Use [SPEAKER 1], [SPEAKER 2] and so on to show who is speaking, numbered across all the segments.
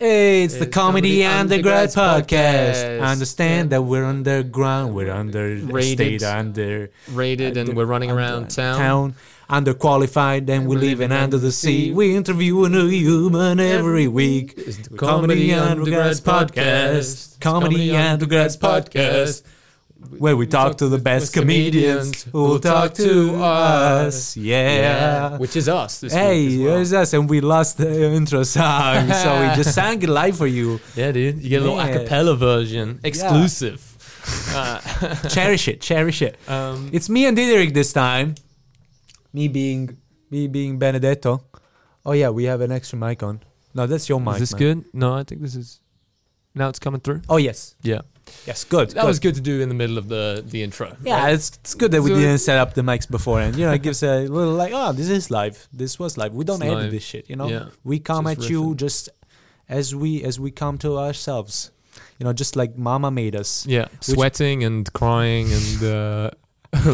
[SPEAKER 1] Hey, it's, the
[SPEAKER 2] It's
[SPEAKER 1] Comedy
[SPEAKER 2] Comedy
[SPEAKER 1] Undergrad,
[SPEAKER 2] Undergrad
[SPEAKER 1] podcast.
[SPEAKER 2] podcast.
[SPEAKER 1] I Understand
[SPEAKER 2] Yeah.
[SPEAKER 1] that we're underground, we're under
[SPEAKER 2] Rated.
[SPEAKER 1] state, under
[SPEAKER 2] rated and
[SPEAKER 1] the-
[SPEAKER 2] we're running
[SPEAKER 1] under-
[SPEAKER 2] around town.
[SPEAKER 1] town, underqualified, and we live in under the sea. We interview a new human every week.
[SPEAKER 2] It's the
[SPEAKER 1] Comedy
[SPEAKER 2] Comedy
[SPEAKER 1] Undergrads
[SPEAKER 2] Undergrads
[SPEAKER 1] podcast.
[SPEAKER 2] podcast.
[SPEAKER 1] Comedy
[SPEAKER 2] Comedy
[SPEAKER 1] Undergrads podcast.
[SPEAKER 2] podcast.
[SPEAKER 1] Where we talk to the best comedians who'll talk to us. Yeah.
[SPEAKER 2] which is us. This
[SPEAKER 1] Hey,
[SPEAKER 2] week as well.
[SPEAKER 1] here's us, and we lost the intro song, so we just sang it live for you.
[SPEAKER 2] yeah, dude, you get a little
[SPEAKER 1] Yeah.
[SPEAKER 2] acapella version, exclusive. Uh,
[SPEAKER 1] cherish it, cherish it.
[SPEAKER 2] Um,
[SPEAKER 1] It's me and Diderik this time. Me being me being Benedetto. Oh yeah, we have an extra mic on. No, that's your mic.
[SPEAKER 2] is this
[SPEAKER 1] man.
[SPEAKER 2] good? No, I think this is. Now it's coming through.
[SPEAKER 1] Oh yes,
[SPEAKER 2] Yeah,
[SPEAKER 1] yes, good.
[SPEAKER 2] that was good to do in the middle of the the intro.
[SPEAKER 1] Yeah, it's, it's good that we
[SPEAKER 2] So-
[SPEAKER 1] didn't set up the mics beforehand. You know, it gives a little like, oh, this is live. This was live. We don't
[SPEAKER 2] It's
[SPEAKER 1] edit
[SPEAKER 2] live.
[SPEAKER 1] this shit. You know,
[SPEAKER 2] Yeah.
[SPEAKER 1] we come
[SPEAKER 2] Just
[SPEAKER 1] at you
[SPEAKER 2] riffing.
[SPEAKER 1] just as we as we come to ourselves. You know, just like Mama made us.
[SPEAKER 2] yeah, sweating and crying and. Uh,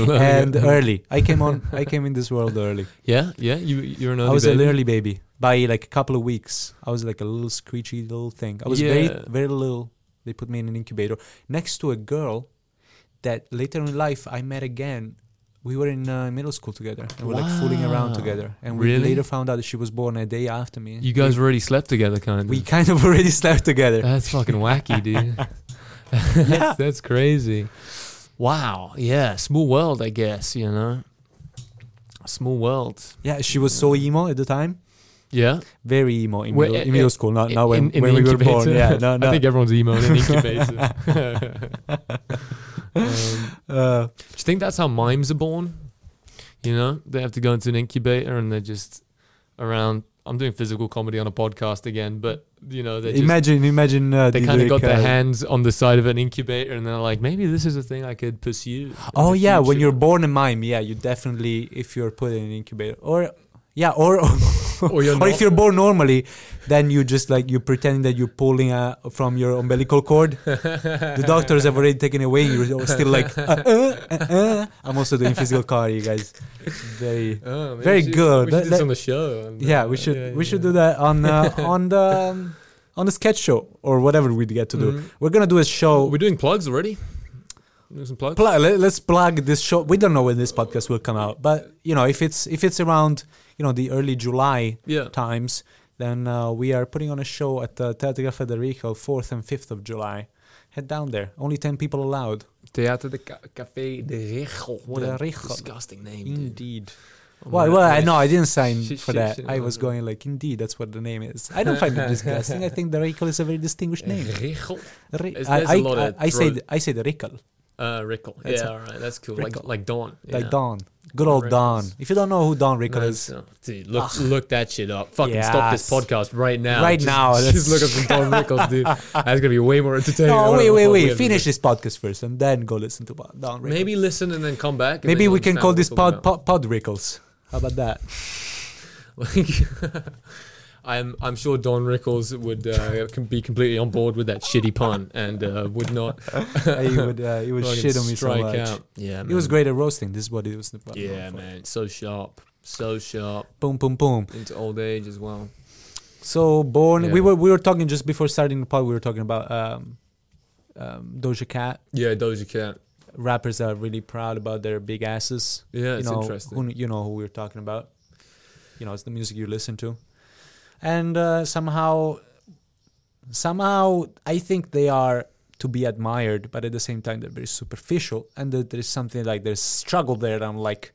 [SPEAKER 1] And early, I came on. I came in this world early.
[SPEAKER 2] yeah, yeah, you you're an early
[SPEAKER 1] I was
[SPEAKER 2] baby.
[SPEAKER 1] an early baby by like a couple of weeks. I was like a little screechy little thing. I was
[SPEAKER 2] Yeah.
[SPEAKER 1] very very little. They put me in an incubator next to a girl that later in life I met again. We were in uh, middle school together and we we're like fooling around
[SPEAKER 2] Wow.
[SPEAKER 1] together. And we
[SPEAKER 2] Really?
[SPEAKER 1] later found out that she was born a day after me.
[SPEAKER 2] You guys Uh, already slept together, kind of.
[SPEAKER 1] we kind of already slept together.
[SPEAKER 2] That's fucking wacky, dude. that's, that's crazy. Wow. Yeah. Small world, I guess, you know? Small world.
[SPEAKER 1] Yeah, she was so emo at the time.
[SPEAKER 2] Yeah.
[SPEAKER 1] Very emo in,
[SPEAKER 2] Well,
[SPEAKER 1] middle, in
[SPEAKER 2] uh,
[SPEAKER 1] middle school. Not, not when,
[SPEAKER 2] In- in
[SPEAKER 1] when
[SPEAKER 2] the
[SPEAKER 1] we were born.
[SPEAKER 2] incubator.
[SPEAKER 1] Yeah, no, no.
[SPEAKER 2] I think everyone's emo in an incubator. Um,
[SPEAKER 1] uh,
[SPEAKER 2] do you think that's how mimes are born? You know, they have to go into an incubator and they're just around. I'm doing physical comedy on a podcast again, but, you know, they're just
[SPEAKER 1] imagine, imagine. Uh,
[SPEAKER 2] they kind of
[SPEAKER 1] Diederik,
[SPEAKER 2] got their
[SPEAKER 1] uh,
[SPEAKER 2] hands on the side of an incubator and they're like maybe this is a thing i could pursue in
[SPEAKER 1] Oh
[SPEAKER 2] the
[SPEAKER 1] yeah, when
[SPEAKER 2] future."
[SPEAKER 1] you're born a mime, yeah, you definitely if you're put in an incubator or yeah, or
[SPEAKER 2] or, you're
[SPEAKER 1] or
[SPEAKER 2] not-
[SPEAKER 1] if you're born normally, then you just like you pretend that you're pulling uh, from your umbilical cord. the doctors have already taken away. and You're still like, uh, uh, uh, uh. I'm also doing physical comedy, you guys. Very
[SPEAKER 2] Oh, maybe
[SPEAKER 1] Very
[SPEAKER 2] we should-
[SPEAKER 1] good.
[SPEAKER 2] we
[SPEAKER 1] That-
[SPEAKER 2] should do this
[SPEAKER 1] that-
[SPEAKER 2] on the show and,
[SPEAKER 1] yeah,
[SPEAKER 2] uh,
[SPEAKER 1] we should we
[SPEAKER 2] yeah,
[SPEAKER 1] should
[SPEAKER 2] yeah.
[SPEAKER 1] do that on uh, on the um, on the sketch show or whatever we get to do.
[SPEAKER 2] Mhm.
[SPEAKER 1] We're gonna do a show.
[SPEAKER 2] Oh, we're doing plugs already Doing some plugs
[SPEAKER 1] plug, let, us plug this show. We don't know when this podcast will come out, but you know, if it's if it's around, you know, the early July
[SPEAKER 2] yeah
[SPEAKER 1] times, then uh, we are putting on a show at the Teatro Federico, fourth and fifth of July. Head down there. Only ten people allowed.
[SPEAKER 2] teatro de Ca- café de Rijo. what
[SPEAKER 1] De
[SPEAKER 2] a
[SPEAKER 1] Rijo.
[SPEAKER 2] disgusting name dude.
[SPEAKER 1] Indeed.
[SPEAKER 2] Oh my
[SPEAKER 1] Well,
[SPEAKER 2] God.
[SPEAKER 1] well, I know I didn't sign
[SPEAKER 2] Shit,
[SPEAKER 1] for
[SPEAKER 2] shit,
[SPEAKER 1] that.
[SPEAKER 2] shit,
[SPEAKER 1] I
[SPEAKER 2] no,
[SPEAKER 1] was
[SPEAKER 2] no.
[SPEAKER 1] going like, indeed, that's what the name is. I don't find it disgusting. I think the Rical is a very distinguished name.
[SPEAKER 2] Rijo.
[SPEAKER 1] Ri-
[SPEAKER 2] There's-
[SPEAKER 1] I,
[SPEAKER 2] there's a
[SPEAKER 1] I,
[SPEAKER 2] lot
[SPEAKER 1] I,
[SPEAKER 2] of
[SPEAKER 1] I say
[SPEAKER 2] throat.
[SPEAKER 1] the- I say the Rical,
[SPEAKER 2] uh Rickle.
[SPEAKER 1] That's
[SPEAKER 2] yeah
[SPEAKER 1] a-
[SPEAKER 2] all right that's cool
[SPEAKER 1] Rickle.
[SPEAKER 2] like like Dawn
[SPEAKER 1] like
[SPEAKER 2] yeah.
[SPEAKER 1] Don. Good old Don.
[SPEAKER 2] Rickles.
[SPEAKER 1] If you don't know who Don Rical
[SPEAKER 2] No,
[SPEAKER 1] is,
[SPEAKER 2] no. Dude, look, look that shit up. Fucking stop this
[SPEAKER 1] Yes.
[SPEAKER 2] podcast right now.
[SPEAKER 1] Right
[SPEAKER 2] Just-
[SPEAKER 1] now, that's-
[SPEAKER 2] Just look up some Don Rickles, dude. That's gonna be way more entertaining.
[SPEAKER 1] No,
[SPEAKER 2] than
[SPEAKER 1] wait, wait,
[SPEAKER 2] whatever the fuck we
[SPEAKER 1] wait.
[SPEAKER 2] have to do.
[SPEAKER 1] Finish this podcast first, and then go listen to Pod- Down Rickles.
[SPEAKER 2] Maybe listen and then come back. and
[SPEAKER 1] maybe
[SPEAKER 2] then
[SPEAKER 1] we can
[SPEAKER 2] understand
[SPEAKER 1] call
[SPEAKER 2] what
[SPEAKER 1] this
[SPEAKER 2] we're talking
[SPEAKER 1] Pod Pod, pod Rickles. How about that?
[SPEAKER 2] about. I'm I'm sure Don Rickles would uh, can be completely on board with that shitty pun and uh, would not
[SPEAKER 1] he would, uh, he would
[SPEAKER 2] fucking
[SPEAKER 1] shit on me so
[SPEAKER 2] strike
[SPEAKER 1] much.
[SPEAKER 2] out. Yeah, man.
[SPEAKER 1] He was great at roasting. This is what he was about.
[SPEAKER 2] Yeah, man. So sharp, so sharp
[SPEAKER 1] Boom, boom, boom.
[SPEAKER 2] into old age as well.
[SPEAKER 1] So born. We
[SPEAKER 2] Yeah.
[SPEAKER 1] were we were talking just before starting the pod. We were talking about um, um, Doja Cat.
[SPEAKER 2] Yeah, Doja Cat.
[SPEAKER 1] Rappers are really proud about their big asses.
[SPEAKER 2] Yeah, it's
[SPEAKER 1] you know,
[SPEAKER 2] interesting.
[SPEAKER 1] Who, you know who we were talking about. You know, it's the music you listen to, and uh, somehow, somehow, I think they are to be admired, but at the same time, they're very superficial, and that there's something like there's struggle there. That I'm like,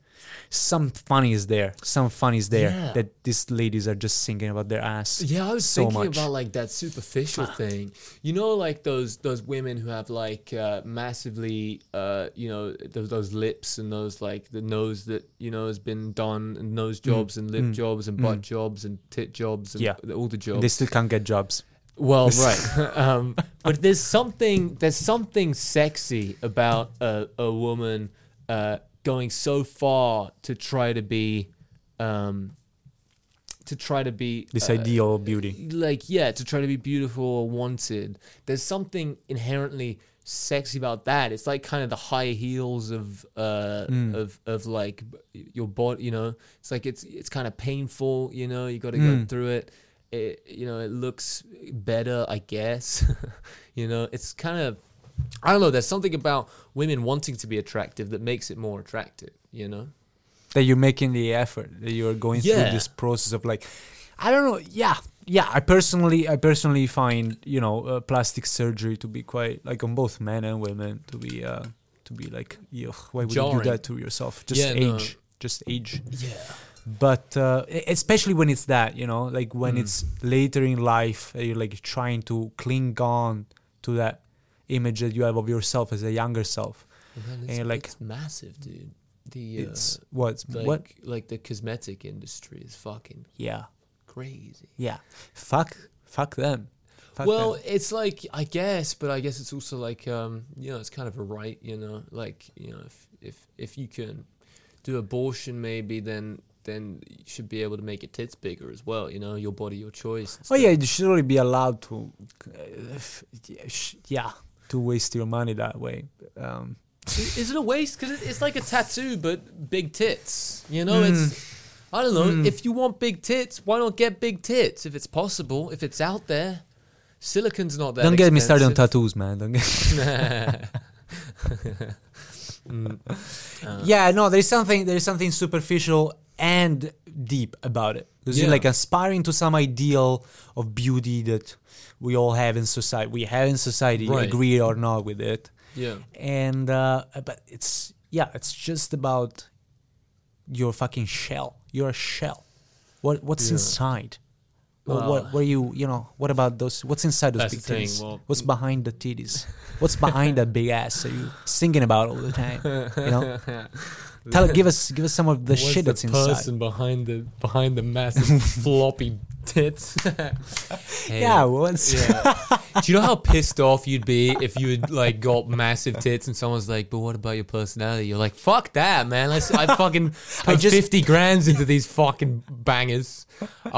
[SPEAKER 1] some fun is there, some fun is there
[SPEAKER 2] Yeah.
[SPEAKER 1] that these ladies are just singing about their ass.
[SPEAKER 2] Yeah, I was
[SPEAKER 1] so
[SPEAKER 2] thinking
[SPEAKER 1] much. Ah.
[SPEAKER 2] about like that superficial thing. You know, like those those women who have like uh, massively, uh, you know, those, those lips and those like the nose that you know has been done and nose jobs and lip jobs and butt jobs and tit jobs and
[SPEAKER 1] Mm. Yeah.
[SPEAKER 2] all the jobs.
[SPEAKER 1] They still can't get jobs.
[SPEAKER 2] Well, right. um, but there's something there's something sexy about a, a woman uh, going so far to try to be um, to try to be
[SPEAKER 1] This
[SPEAKER 2] uh,
[SPEAKER 1] ideal beauty.
[SPEAKER 2] like yeah to try to be beautiful or wanted there's something inherently sexy about that it's like kind of the high heels of uh of of like b- your body you know it's like it's it's kind of painful you know you got to go through it it you know it looks better i guess you know it's kind of i don't know there's something about women wanting to be attractive that makes it more attractive you know
[SPEAKER 1] that you're making the effort that you're going
[SPEAKER 2] Yeah.
[SPEAKER 1] through this process of like i don't know yeah yeah i personally i personally find you know uh, plastic surgery to be quite like on both men and women to be uh to be like ugh, why would you
[SPEAKER 2] Jarring.
[SPEAKER 1] do that to yourself just
[SPEAKER 2] Yeah, no.
[SPEAKER 1] age just age
[SPEAKER 2] yeah
[SPEAKER 1] but uh, e- especially when it's that you know like when
[SPEAKER 2] Mm.
[SPEAKER 1] it's later in life that you're like trying to cling on to that image that you have of yourself as a younger self
[SPEAKER 2] and
[SPEAKER 1] you're like-
[SPEAKER 2] it's massive dude the uh,
[SPEAKER 1] it's what
[SPEAKER 2] like
[SPEAKER 1] what
[SPEAKER 2] like the cosmetic industry is fucking
[SPEAKER 1] yeah
[SPEAKER 2] crazy
[SPEAKER 1] Yeah. Fuck fuck them. Fuck
[SPEAKER 2] well,
[SPEAKER 1] them.
[SPEAKER 2] it's like I guess, but I guess it's also like um, you know, it's kind of a right, you know, like you know, if if if you can do abortion, maybe then then you should be able to make your tits bigger as well. You know, your body, your choice. and
[SPEAKER 1] Oh
[SPEAKER 2] stuff.
[SPEAKER 1] yeah, you should only be allowed to uh, f- yeah, sh- yeah, to waste your money that way. Um
[SPEAKER 2] I- is it a waste? Because it's like a tattoo, but big tits. You know,
[SPEAKER 1] Hmm.
[SPEAKER 2] it's. I don't know. If you want big tits, why not get big tits if it's possible? If it's out there, silicon's not that.
[SPEAKER 1] don't get me started on
[SPEAKER 2] expensive.
[SPEAKER 1] tattoos, man. Don't get
[SPEAKER 2] Uh,
[SPEAKER 1] yeah, no, there's something there's something superficial and deep about it. 'Cause you're
[SPEAKER 2] Yeah.
[SPEAKER 1] like aspiring to some ideal of beauty that we all have in society. We have in society,
[SPEAKER 2] Right.
[SPEAKER 1] agree or not with it.
[SPEAKER 2] yeah.
[SPEAKER 1] and uh, but it's yeah, it's just about your fucking shell. You're a shell. What what's
[SPEAKER 2] Yeah.
[SPEAKER 1] inside? What
[SPEAKER 2] Well-
[SPEAKER 1] what were you you know? What about those? What's inside those
[SPEAKER 2] That's
[SPEAKER 1] big
[SPEAKER 2] the thing,
[SPEAKER 1] titties?
[SPEAKER 2] well-
[SPEAKER 1] what's behind the titties? What's behind that big ass that you singing about all the time? You know, tell give us give us some of the
[SPEAKER 2] What's
[SPEAKER 1] shit that's
[SPEAKER 2] the
[SPEAKER 1] inside.
[SPEAKER 2] person behind the behind the massive floppy tits. Hey,
[SPEAKER 1] Yeah, what's
[SPEAKER 2] yeah. Do you know how pissed off you'd be if you had like got massive tits and someone's like, "But what about your personality?" You're like, "Fuck that, man! Let's, I fucking put
[SPEAKER 1] just-
[SPEAKER 2] fifty grams into these fucking bangers.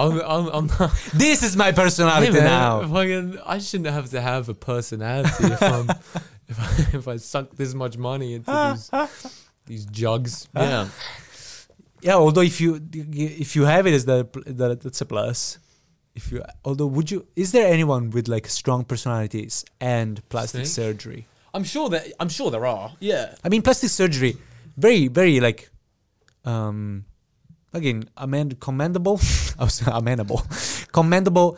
[SPEAKER 2] I'm, I'm, I'm not,
[SPEAKER 1] this is my personality
[SPEAKER 2] Hey, man,
[SPEAKER 1] now.
[SPEAKER 2] fucking, I shouldn't have to have a personality if I'm if I, if I sunk this much money into these these jugs. Yeah,
[SPEAKER 1] Yeah, although if you if you have it, is that that that's a plus. If you although would you is there anyone with like strong personalities and plastic
[SPEAKER 2] Think?
[SPEAKER 1] surgery?
[SPEAKER 2] I'm sure that I'm sure there are. Yeah,
[SPEAKER 1] I mean, plastic surgery, very very like, um, again, amend commendable. I was amenable, commendable.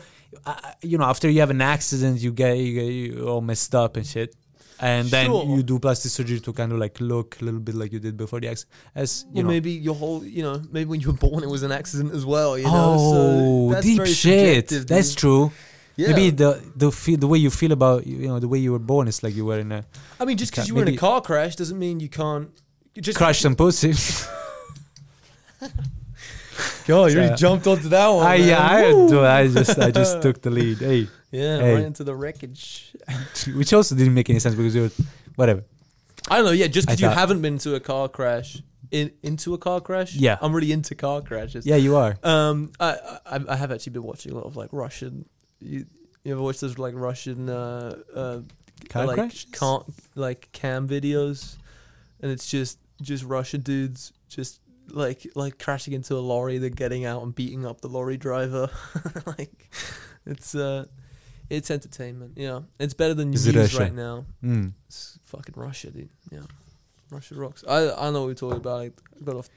[SPEAKER 1] Uh, you know, after you have an accident, you get you get you all messed up and shit. And then
[SPEAKER 2] Sure.
[SPEAKER 1] you do plastic surgery to kind of like look a little bit like you did before the accident, as you
[SPEAKER 2] Well,
[SPEAKER 1] know,
[SPEAKER 2] maybe your whole, you know, maybe when you were born it was an accident as well. You know,
[SPEAKER 1] Oh,
[SPEAKER 2] so that's
[SPEAKER 1] deep
[SPEAKER 2] very
[SPEAKER 1] shit.
[SPEAKER 2] subjective,
[SPEAKER 1] That's
[SPEAKER 2] dude.
[SPEAKER 1] true.
[SPEAKER 2] Yeah.
[SPEAKER 1] Maybe the the feel, the way you feel about you know the way you were born is like you were in a
[SPEAKER 2] I mean, just because
[SPEAKER 1] Okay,
[SPEAKER 2] you were in a
[SPEAKER 1] maybe-
[SPEAKER 2] car crash doesn't mean you can't. you Just
[SPEAKER 1] crush some pussy.
[SPEAKER 2] God, you
[SPEAKER 1] Yeah.
[SPEAKER 2] really jumped onto that one.
[SPEAKER 1] I,
[SPEAKER 2] Oh, man.
[SPEAKER 1] yeah, I,
[SPEAKER 2] Woo.
[SPEAKER 1] do- I just I just took the lead. Hey,
[SPEAKER 2] yeah,
[SPEAKER 1] Hey.
[SPEAKER 2] right into the wreckage.
[SPEAKER 1] which also didn't make any sense because you were whatever.
[SPEAKER 2] I don't know. Yeah, just
[SPEAKER 1] I
[SPEAKER 2] because you
[SPEAKER 1] thought-
[SPEAKER 2] haven't been to a car crash, in into a car crash.
[SPEAKER 1] Yeah.
[SPEAKER 2] I'm really into car crashes.
[SPEAKER 1] Yeah, you are.
[SPEAKER 2] Um, I I, I have actually been watching a lot of like Russian. You, you ever watch those like Russian uh, uh,
[SPEAKER 1] Car
[SPEAKER 2] like
[SPEAKER 1] crashes?
[SPEAKER 2] can like cam videos, and it's just just Russian dudes just like like crashing into a lorry, then getting out and beating up the lorry driver. like it's uh, it's entertainment. Yeah, it's better than
[SPEAKER 1] Is
[SPEAKER 2] news
[SPEAKER 1] it Russia?
[SPEAKER 2] right now.
[SPEAKER 1] Mm.
[SPEAKER 2] It's fucking Russia, dude. Yeah, Russia rocks. I I know what we're talking about. I got off.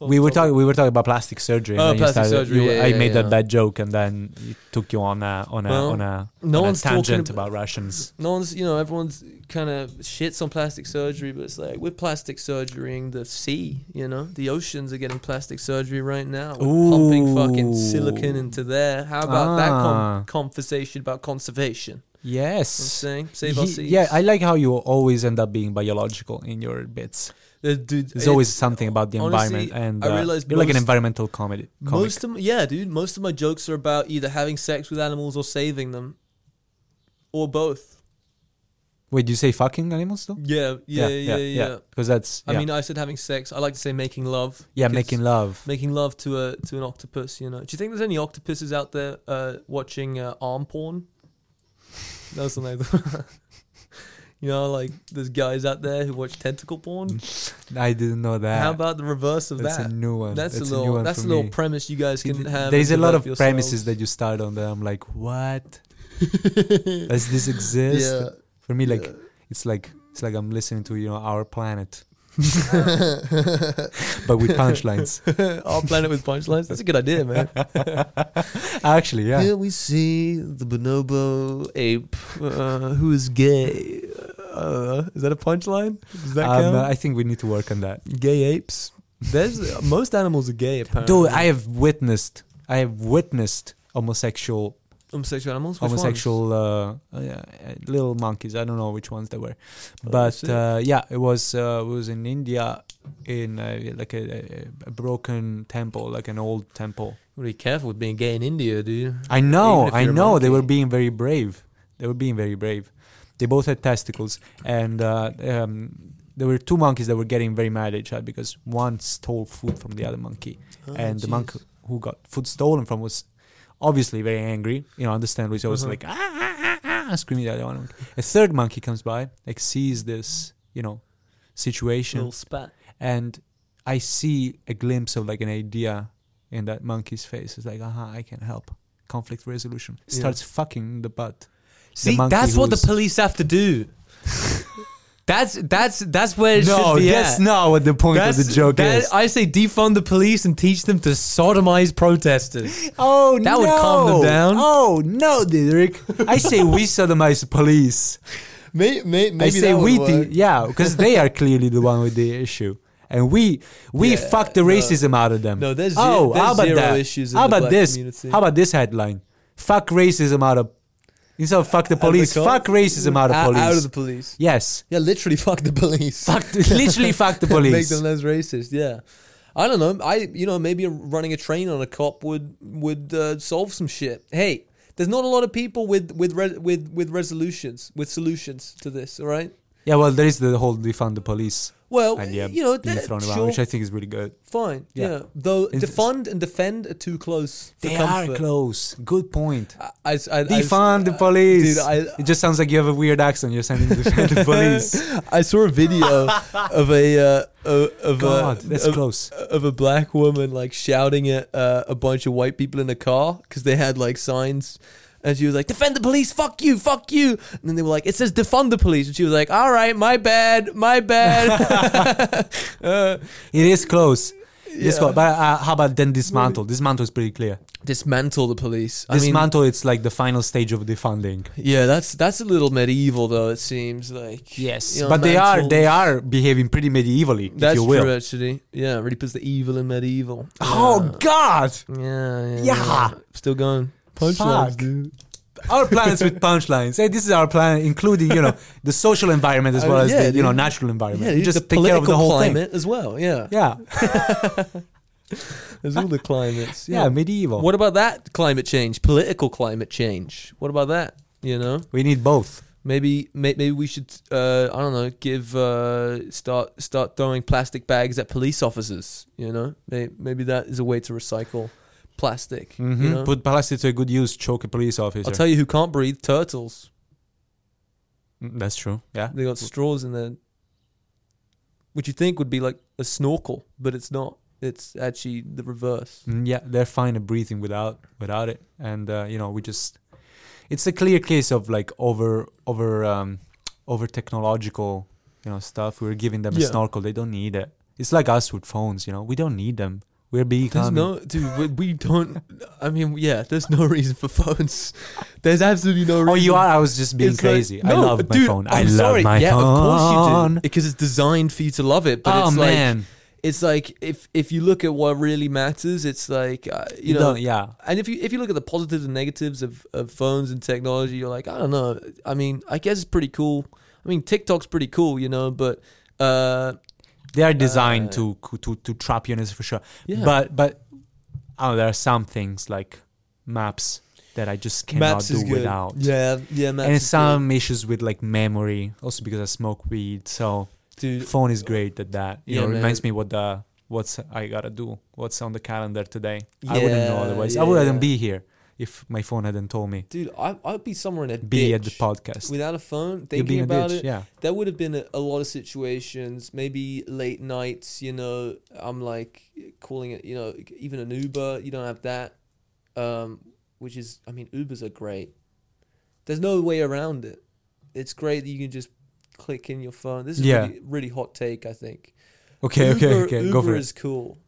[SPEAKER 2] off
[SPEAKER 1] We were
[SPEAKER 2] topic.
[SPEAKER 1] talking. We were talking about plastic surgery.
[SPEAKER 2] Oh,
[SPEAKER 1] and then you
[SPEAKER 2] plastic
[SPEAKER 1] started-
[SPEAKER 2] surgery,
[SPEAKER 1] you-
[SPEAKER 2] yeah,
[SPEAKER 1] I
[SPEAKER 2] yeah,
[SPEAKER 1] made
[SPEAKER 2] yeah.
[SPEAKER 1] that bad joke, and then it took you on a on a
[SPEAKER 2] Well,
[SPEAKER 1] on a,
[SPEAKER 2] no
[SPEAKER 1] on a
[SPEAKER 2] one's talking
[SPEAKER 1] tangent
[SPEAKER 2] ab-
[SPEAKER 1] about Russians.
[SPEAKER 2] no one's you know everyone's kind of shits on plastic surgery but it's like we're plastic surgerying the sea you know the oceans are getting plastic surgery right now we're pumping fucking
[SPEAKER 1] Ooh.
[SPEAKER 2] silicon into there how about that
[SPEAKER 1] Ah.
[SPEAKER 2] com- conversation about conservation i'm
[SPEAKER 1] Yes.
[SPEAKER 2] saying save our
[SPEAKER 1] Ye-
[SPEAKER 2] seas
[SPEAKER 1] yeah, I like how you always end up being biological in your bits.
[SPEAKER 2] Uh, dude,
[SPEAKER 1] There's
[SPEAKER 2] it's-
[SPEAKER 1] always something about the
[SPEAKER 2] honestly,
[SPEAKER 1] environment, and
[SPEAKER 2] I
[SPEAKER 1] uh,
[SPEAKER 2] realize
[SPEAKER 1] you're like an
[SPEAKER 2] most-
[SPEAKER 1] environmental comedy. Comic.
[SPEAKER 2] most of my, yeah dude most of my jokes are about either having sex with animals or saving them or both
[SPEAKER 1] Wait, do you say fucking animals though?
[SPEAKER 2] yeah yeah yeah yeah,
[SPEAKER 1] Because that's yeah.
[SPEAKER 2] I mean, I said having sex. I like to say making love.
[SPEAKER 1] yeah,
[SPEAKER 2] because-
[SPEAKER 1] making love.
[SPEAKER 2] making love to a to an octopus. You know, do you think there's any octopuses out there uh, watching uh, arm porn? That was something. I thought. You know, like there's guys out there who watch tentacle porn.
[SPEAKER 1] I didn't know that.
[SPEAKER 2] How about the reverse of
[SPEAKER 1] that's
[SPEAKER 2] that?
[SPEAKER 1] a new one.
[SPEAKER 2] That's,
[SPEAKER 1] That's
[SPEAKER 2] a
[SPEAKER 1] new
[SPEAKER 2] little.
[SPEAKER 1] one
[SPEAKER 2] that's a
[SPEAKER 1] for
[SPEAKER 2] little
[SPEAKER 1] me.
[SPEAKER 2] premise you guys can have.
[SPEAKER 1] There's a
[SPEAKER 2] and
[SPEAKER 1] lot of
[SPEAKER 2] develop
[SPEAKER 1] premises that you start on that I'm like, what?
[SPEAKER 2] yourselves.
[SPEAKER 1] Does this exist?
[SPEAKER 2] Yeah.
[SPEAKER 1] For me, like
[SPEAKER 2] Yeah.
[SPEAKER 1] it's like it's like I'm listening to you know our planet, but with punchlines.
[SPEAKER 2] Our planet with punchlines. That's a good idea, man.
[SPEAKER 1] Actually, yeah.
[SPEAKER 2] Here we see the bonobo ape uh, who is gay. Uh, is that a punchline? Does that
[SPEAKER 1] Um,
[SPEAKER 2] count?
[SPEAKER 1] I think we need to work on that.
[SPEAKER 2] gay apes. There's most animals are gay apparently.
[SPEAKER 1] Dude, I have witnessed, I have witnessed homosexual,
[SPEAKER 2] homosexual animals. Which
[SPEAKER 1] homosexual uh, uh, yeah, uh, little monkeys. I don't know which ones they were,
[SPEAKER 2] Oh,
[SPEAKER 1] but
[SPEAKER 2] sick.
[SPEAKER 1] uh, yeah, it was uh, it was in India, in uh, like a, a- a broken temple, like an old temple.
[SPEAKER 2] Ones? Be careful with being gay in India, dude.
[SPEAKER 1] I know,
[SPEAKER 2] if
[SPEAKER 1] I
[SPEAKER 2] you're a
[SPEAKER 1] know. They were
[SPEAKER 2] monkey.
[SPEAKER 1] being very brave. They were being very brave. They both had testicles, and uh, um, there were two monkeys that were getting very mad at each other because one stole food from the other monkey,
[SPEAKER 2] Oh,
[SPEAKER 3] Oh,
[SPEAKER 1] and the monk who got food stolen from was obviously very angry. You know, understandably, so was
[SPEAKER 2] Uh-huh.
[SPEAKER 1] like ah, ah, ah, ah, screaming at the other one. A third monkey comes by, like sees this, you know, situation,
[SPEAKER 2] little spat.
[SPEAKER 1] and I see a glimpse of like an idea in that monkey's face. It's like, aha, I can help. Conflict resolution
[SPEAKER 2] Yeah.
[SPEAKER 1] starts fucking in the butt.
[SPEAKER 3] See,
[SPEAKER 1] monkey
[SPEAKER 3] that's what the
[SPEAKER 1] who's-
[SPEAKER 3] police have to do. that's that's that's where it should be at.
[SPEAKER 1] not what the point
[SPEAKER 3] That's- that- I say defund the police and teach them to sodomize protesters.
[SPEAKER 1] oh
[SPEAKER 3] that
[SPEAKER 1] no!
[SPEAKER 3] would calm them down.
[SPEAKER 1] Oh no, Didrik! I say we sodomize the police.
[SPEAKER 2] Maybe, maybe
[SPEAKER 1] I say we, do, yeah, because they are clearly the one with the issue, and we we
[SPEAKER 2] Yeah,
[SPEAKER 1] fuck the
[SPEAKER 2] no.
[SPEAKER 1] racism out of them.
[SPEAKER 2] No, there's ze-
[SPEAKER 1] oh,
[SPEAKER 2] there's
[SPEAKER 1] how about
[SPEAKER 2] zero
[SPEAKER 1] that?
[SPEAKER 2] issues in
[SPEAKER 1] how
[SPEAKER 2] the
[SPEAKER 1] about
[SPEAKER 2] black
[SPEAKER 1] this?
[SPEAKER 2] community.
[SPEAKER 1] How about this headline? Fuck racism out of instead of fuck the police. fuck racism out of police.
[SPEAKER 2] Out of the police.
[SPEAKER 1] yes,
[SPEAKER 2] Yeah, literally fuck the police.
[SPEAKER 1] fuck the- literally fuck the
[SPEAKER 2] Make
[SPEAKER 1] police.
[SPEAKER 2] them less racist. Yeah. I don't know. I you know maybe running a train on a cop would would uh, solve some shit. Hey, there's not a lot of people with with re- with with resolutions with solutions to this. All right.
[SPEAKER 1] yeah, well, there is the whole defund the police
[SPEAKER 2] Well,
[SPEAKER 1] idea
[SPEAKER 2] you know,
[SPEAKER 1] being
[SPEAKER 2] that-
[SPEAKER 1] thrown
[SPEAKER 2] sure,
[SPEAKER 1] around, which I think is really good.
[SPEAKER 2] fine. Yeah.
[SPEAKER 1] Yeah.
[SPEAKER 2] Though
[SPEAKER 1] It's-
[SPEAKER 2] defund and defend are too close. For
[SPEAKER 1] They
[SPEAKER 2] comfort.
[SPEAKER 1] are close. Good point.
[SPEAKER 2] I, I, I,
[SPEAKER 1] Defund the
[SPEAKER 2] I-
[SPEAKER 1] police.
[SPEAKER 2] Dude, I,
[SPEAKER 1] it just sounds like you have a weird accent. You're saying defund the police.
[SPEAKER 2] I saw a video of a uh, of, of
[SPEAKER 1] God,
[SPEAKER 2] a
[SPEAKER 1] that's
[SPEAKER 2] of,
[SPEAKER 1] close.
[SPEAKER 2] of a black woman like shouting at uh, a bunch of white people in a car because they had like signs. And she was like, "Defend the police! Fuck you! Fuck you!" And then they were like, "It says defund the police." And she was like, "All right, my bad, my bad." uh,
[SPEAKER 1] It is close. It's
[SPEAKER 2] Yeah.
[SPEAKER 1] close. But uh, how about then dismantle? Dismantle is pretty clear.
[SPEAKER 2] dismantle the police. I mean,
[SPEAKER 1] Dismantle, it's like the final stage of defunding.
[SPEAKER 2] yeah, that's that's a little medieval though. It seems like you know,
[SPEAKER 1] but they are
[SPEAKER 2] mantle-
[SPEAKER 1] they are behaving pretty medievally, if
[SPEAKER 2] That's
[SPEAKER 1] you will.
[SPEAKER 2] true, actually. Yeah, it really puts the evil in medieval.
[SPEAKER 1] Oh God!
[SPEAKER 2] yeah, yeah, yeah.
[SPEAKER 1] Yeah.
[SPEAKER 2] Still going.
[SPEAKER 1] Fuck.
[SPEAKER 2] dude.
[SPEAKER 1] Our planets with punchlines. Hey, this is our planet, including you know the social environment as
[SPEAKER 2] I
[SPEAKER 1] well as
[SPEAKER 2] mean, yeah,
[SPEAKER 1] the you know
[SPEAKER 2] dude.
[SPEAKER 1] natural environment.
[SPEAKER 2] Yeah,
[SPEAKER 1] you just
[SPEAKER 2] the
[SPEAKER 1] take care of the
[SPEAKER 2] political
[SPEAKER 1] whole
[SPEAKER 2] climate as well. Yeah,
[SPEAKER 1] thing. Yeah.
[SPEAKER 2] there's all the climates.
[SPEAKER 1] yeah, medieval.
[SPEAKER 2] What about that climate change? Political climate change. What about that? You know,
[SPEAKER 1] we need both.
[SPEAKER 2] maybe may, maybe we should uh, I don't know give uh, start start throwing plastic bags at police officers. You know, maybe, maybe that is a way to recycle plastic.
[SPEAKER 1] Mhm.
[SPEAKER 2] You know?
[SPEAKER 1] Put plastic to a good use. Choke a police officer.
[SPEAKER 2] I'll tell you who can't breathe: turtles.
[SPEAKER 1] Mm, That's true. Yeah.
[SPEAKER 2] They got straws in there, which you think would be like a snorkel, but it's not. It's actually the reverse.
[SPEAKER 1] Mm, yeah, they're fine at breathing without without it, and uh, you know we just it's a clear case of like over over um, over technological you know stuff. We're giving them
[SPEAKER 2] Yeah.
[SPEAKER 1] a snorkel; they don't need it. It's like us with phones, you know, we don't need them. We're
[SPEAKER 2] There's
[SPEAKER 1] becoming
[SPEAKER 2] no, dude. We, we don't. I mean, yeah. There's no reason for phones. There's absolutely no reason.
[SPEAKER 1] Oh, you are! I was just being
[SPEAKER 2] It's like-
[SPEAKER 1] crazy. I
[SPEAKER 2] No,
[SPEAKER 1] love my
[SPEAKER 2] dude,
[SPEAKER 1] phone.
[SPEAKER 2] I'm
[SPEAKER 1] I love
[SPEAKER 2] sorry.
[SPEAKER 1] my
[SPEAKER 2] yeah,
[SPEAKER 1] phone.
[SPEAKER 2] of course you do. Because it's designed for you to love it. But
[SPEAKER 1] oh
[SPEAKER 2] it's
[SPEAKER 1] man,
[SPEAKER 2] like it's like if if you look at what really matters, it's like uh, you,
[SPEAKER 1] you
[SPEAKER 2] know.
[SPEAKER 1] don't. Yeah,
[SPEAKER 2] And if you if you look at the positives and negatives of, of phones and technology, you're like, I don't know. I mean, I guess it's pretty cool. I mean, TikTok's pretty cool, you know, but uh,
[SPEAKER 1] they are designed
[SPEAKER 2] Uh,
[SPEAKER 1] to to to trap you in this for sure.
[SPEAKER 2] yeah.
[SPEAKER 1] But but oh, there are some things like maps that I just cannot
[SPEAKER 2] maps
[SPEAKER 1] do
[SPEAKER 2] is good.
[SPEAKER 1] without.
[SPEAKER 2] Yeah, yeah, maps.
[SPEAKER 1] and
[SPEAKER 2] is
[SPEAKER 1] some issues with like memory, also because I smoke weed. So
[SPEAKER 2] good. dude.
[SPEAKER 1] phone is great at that. You
[SPEAKER 2] Yeah,
[SPEAKER 1] know,
[SPEAKER 2] man.
[SPEAKER 1] reminds me what the what's I gotta do, what's on the calendar today. I wouldn't know
[SPEAKER 2] Yeah,
[SPEAKER 1] otherwise.
[SPEAKER 2] yeah,
[SPEAKER 1] I wouldn't
[SPEAKER 2] yeah.
[SPEAKER 1] be here. if my phone hadn't told me
[SPEAKER 2] Dude, I, I'd be somewhere in a
[SPEAKER 1] be
[SPEAKER 2] ditch
[SPEAKER 1] at the podcast.
[SPEAKER 2] without a phone.
[SPEAKER 1] You'd be
[SPEAKER 2] Thinking
[SPEAKER 1] in a
[SPEAKER 2] about
[SPEAKER 1] ditch,
[SPEAKER 2] it,
[SPEAKER 1] yeah.
[SPEAKER 2] there would have been a, a lot of situations. Maybe late nights. You know, I'm like calling it. You know, even an Uber. You don't have that. Um, which is, I mean, Ubers are great. There's no way around it. It's great that you can just click in your phone. This is
[SPEAKER 1] Yeah.
[SPEAKER 2] really, really hot take, I think.
[SPEAKER 1] Okay, okay,
[SPEAKER 2] Uber,
[SPEAKER 1] okay.
[SPEAKER 2] Uber
[SPEAKER 1] Go for it.
[SPEAKER 2] is cool.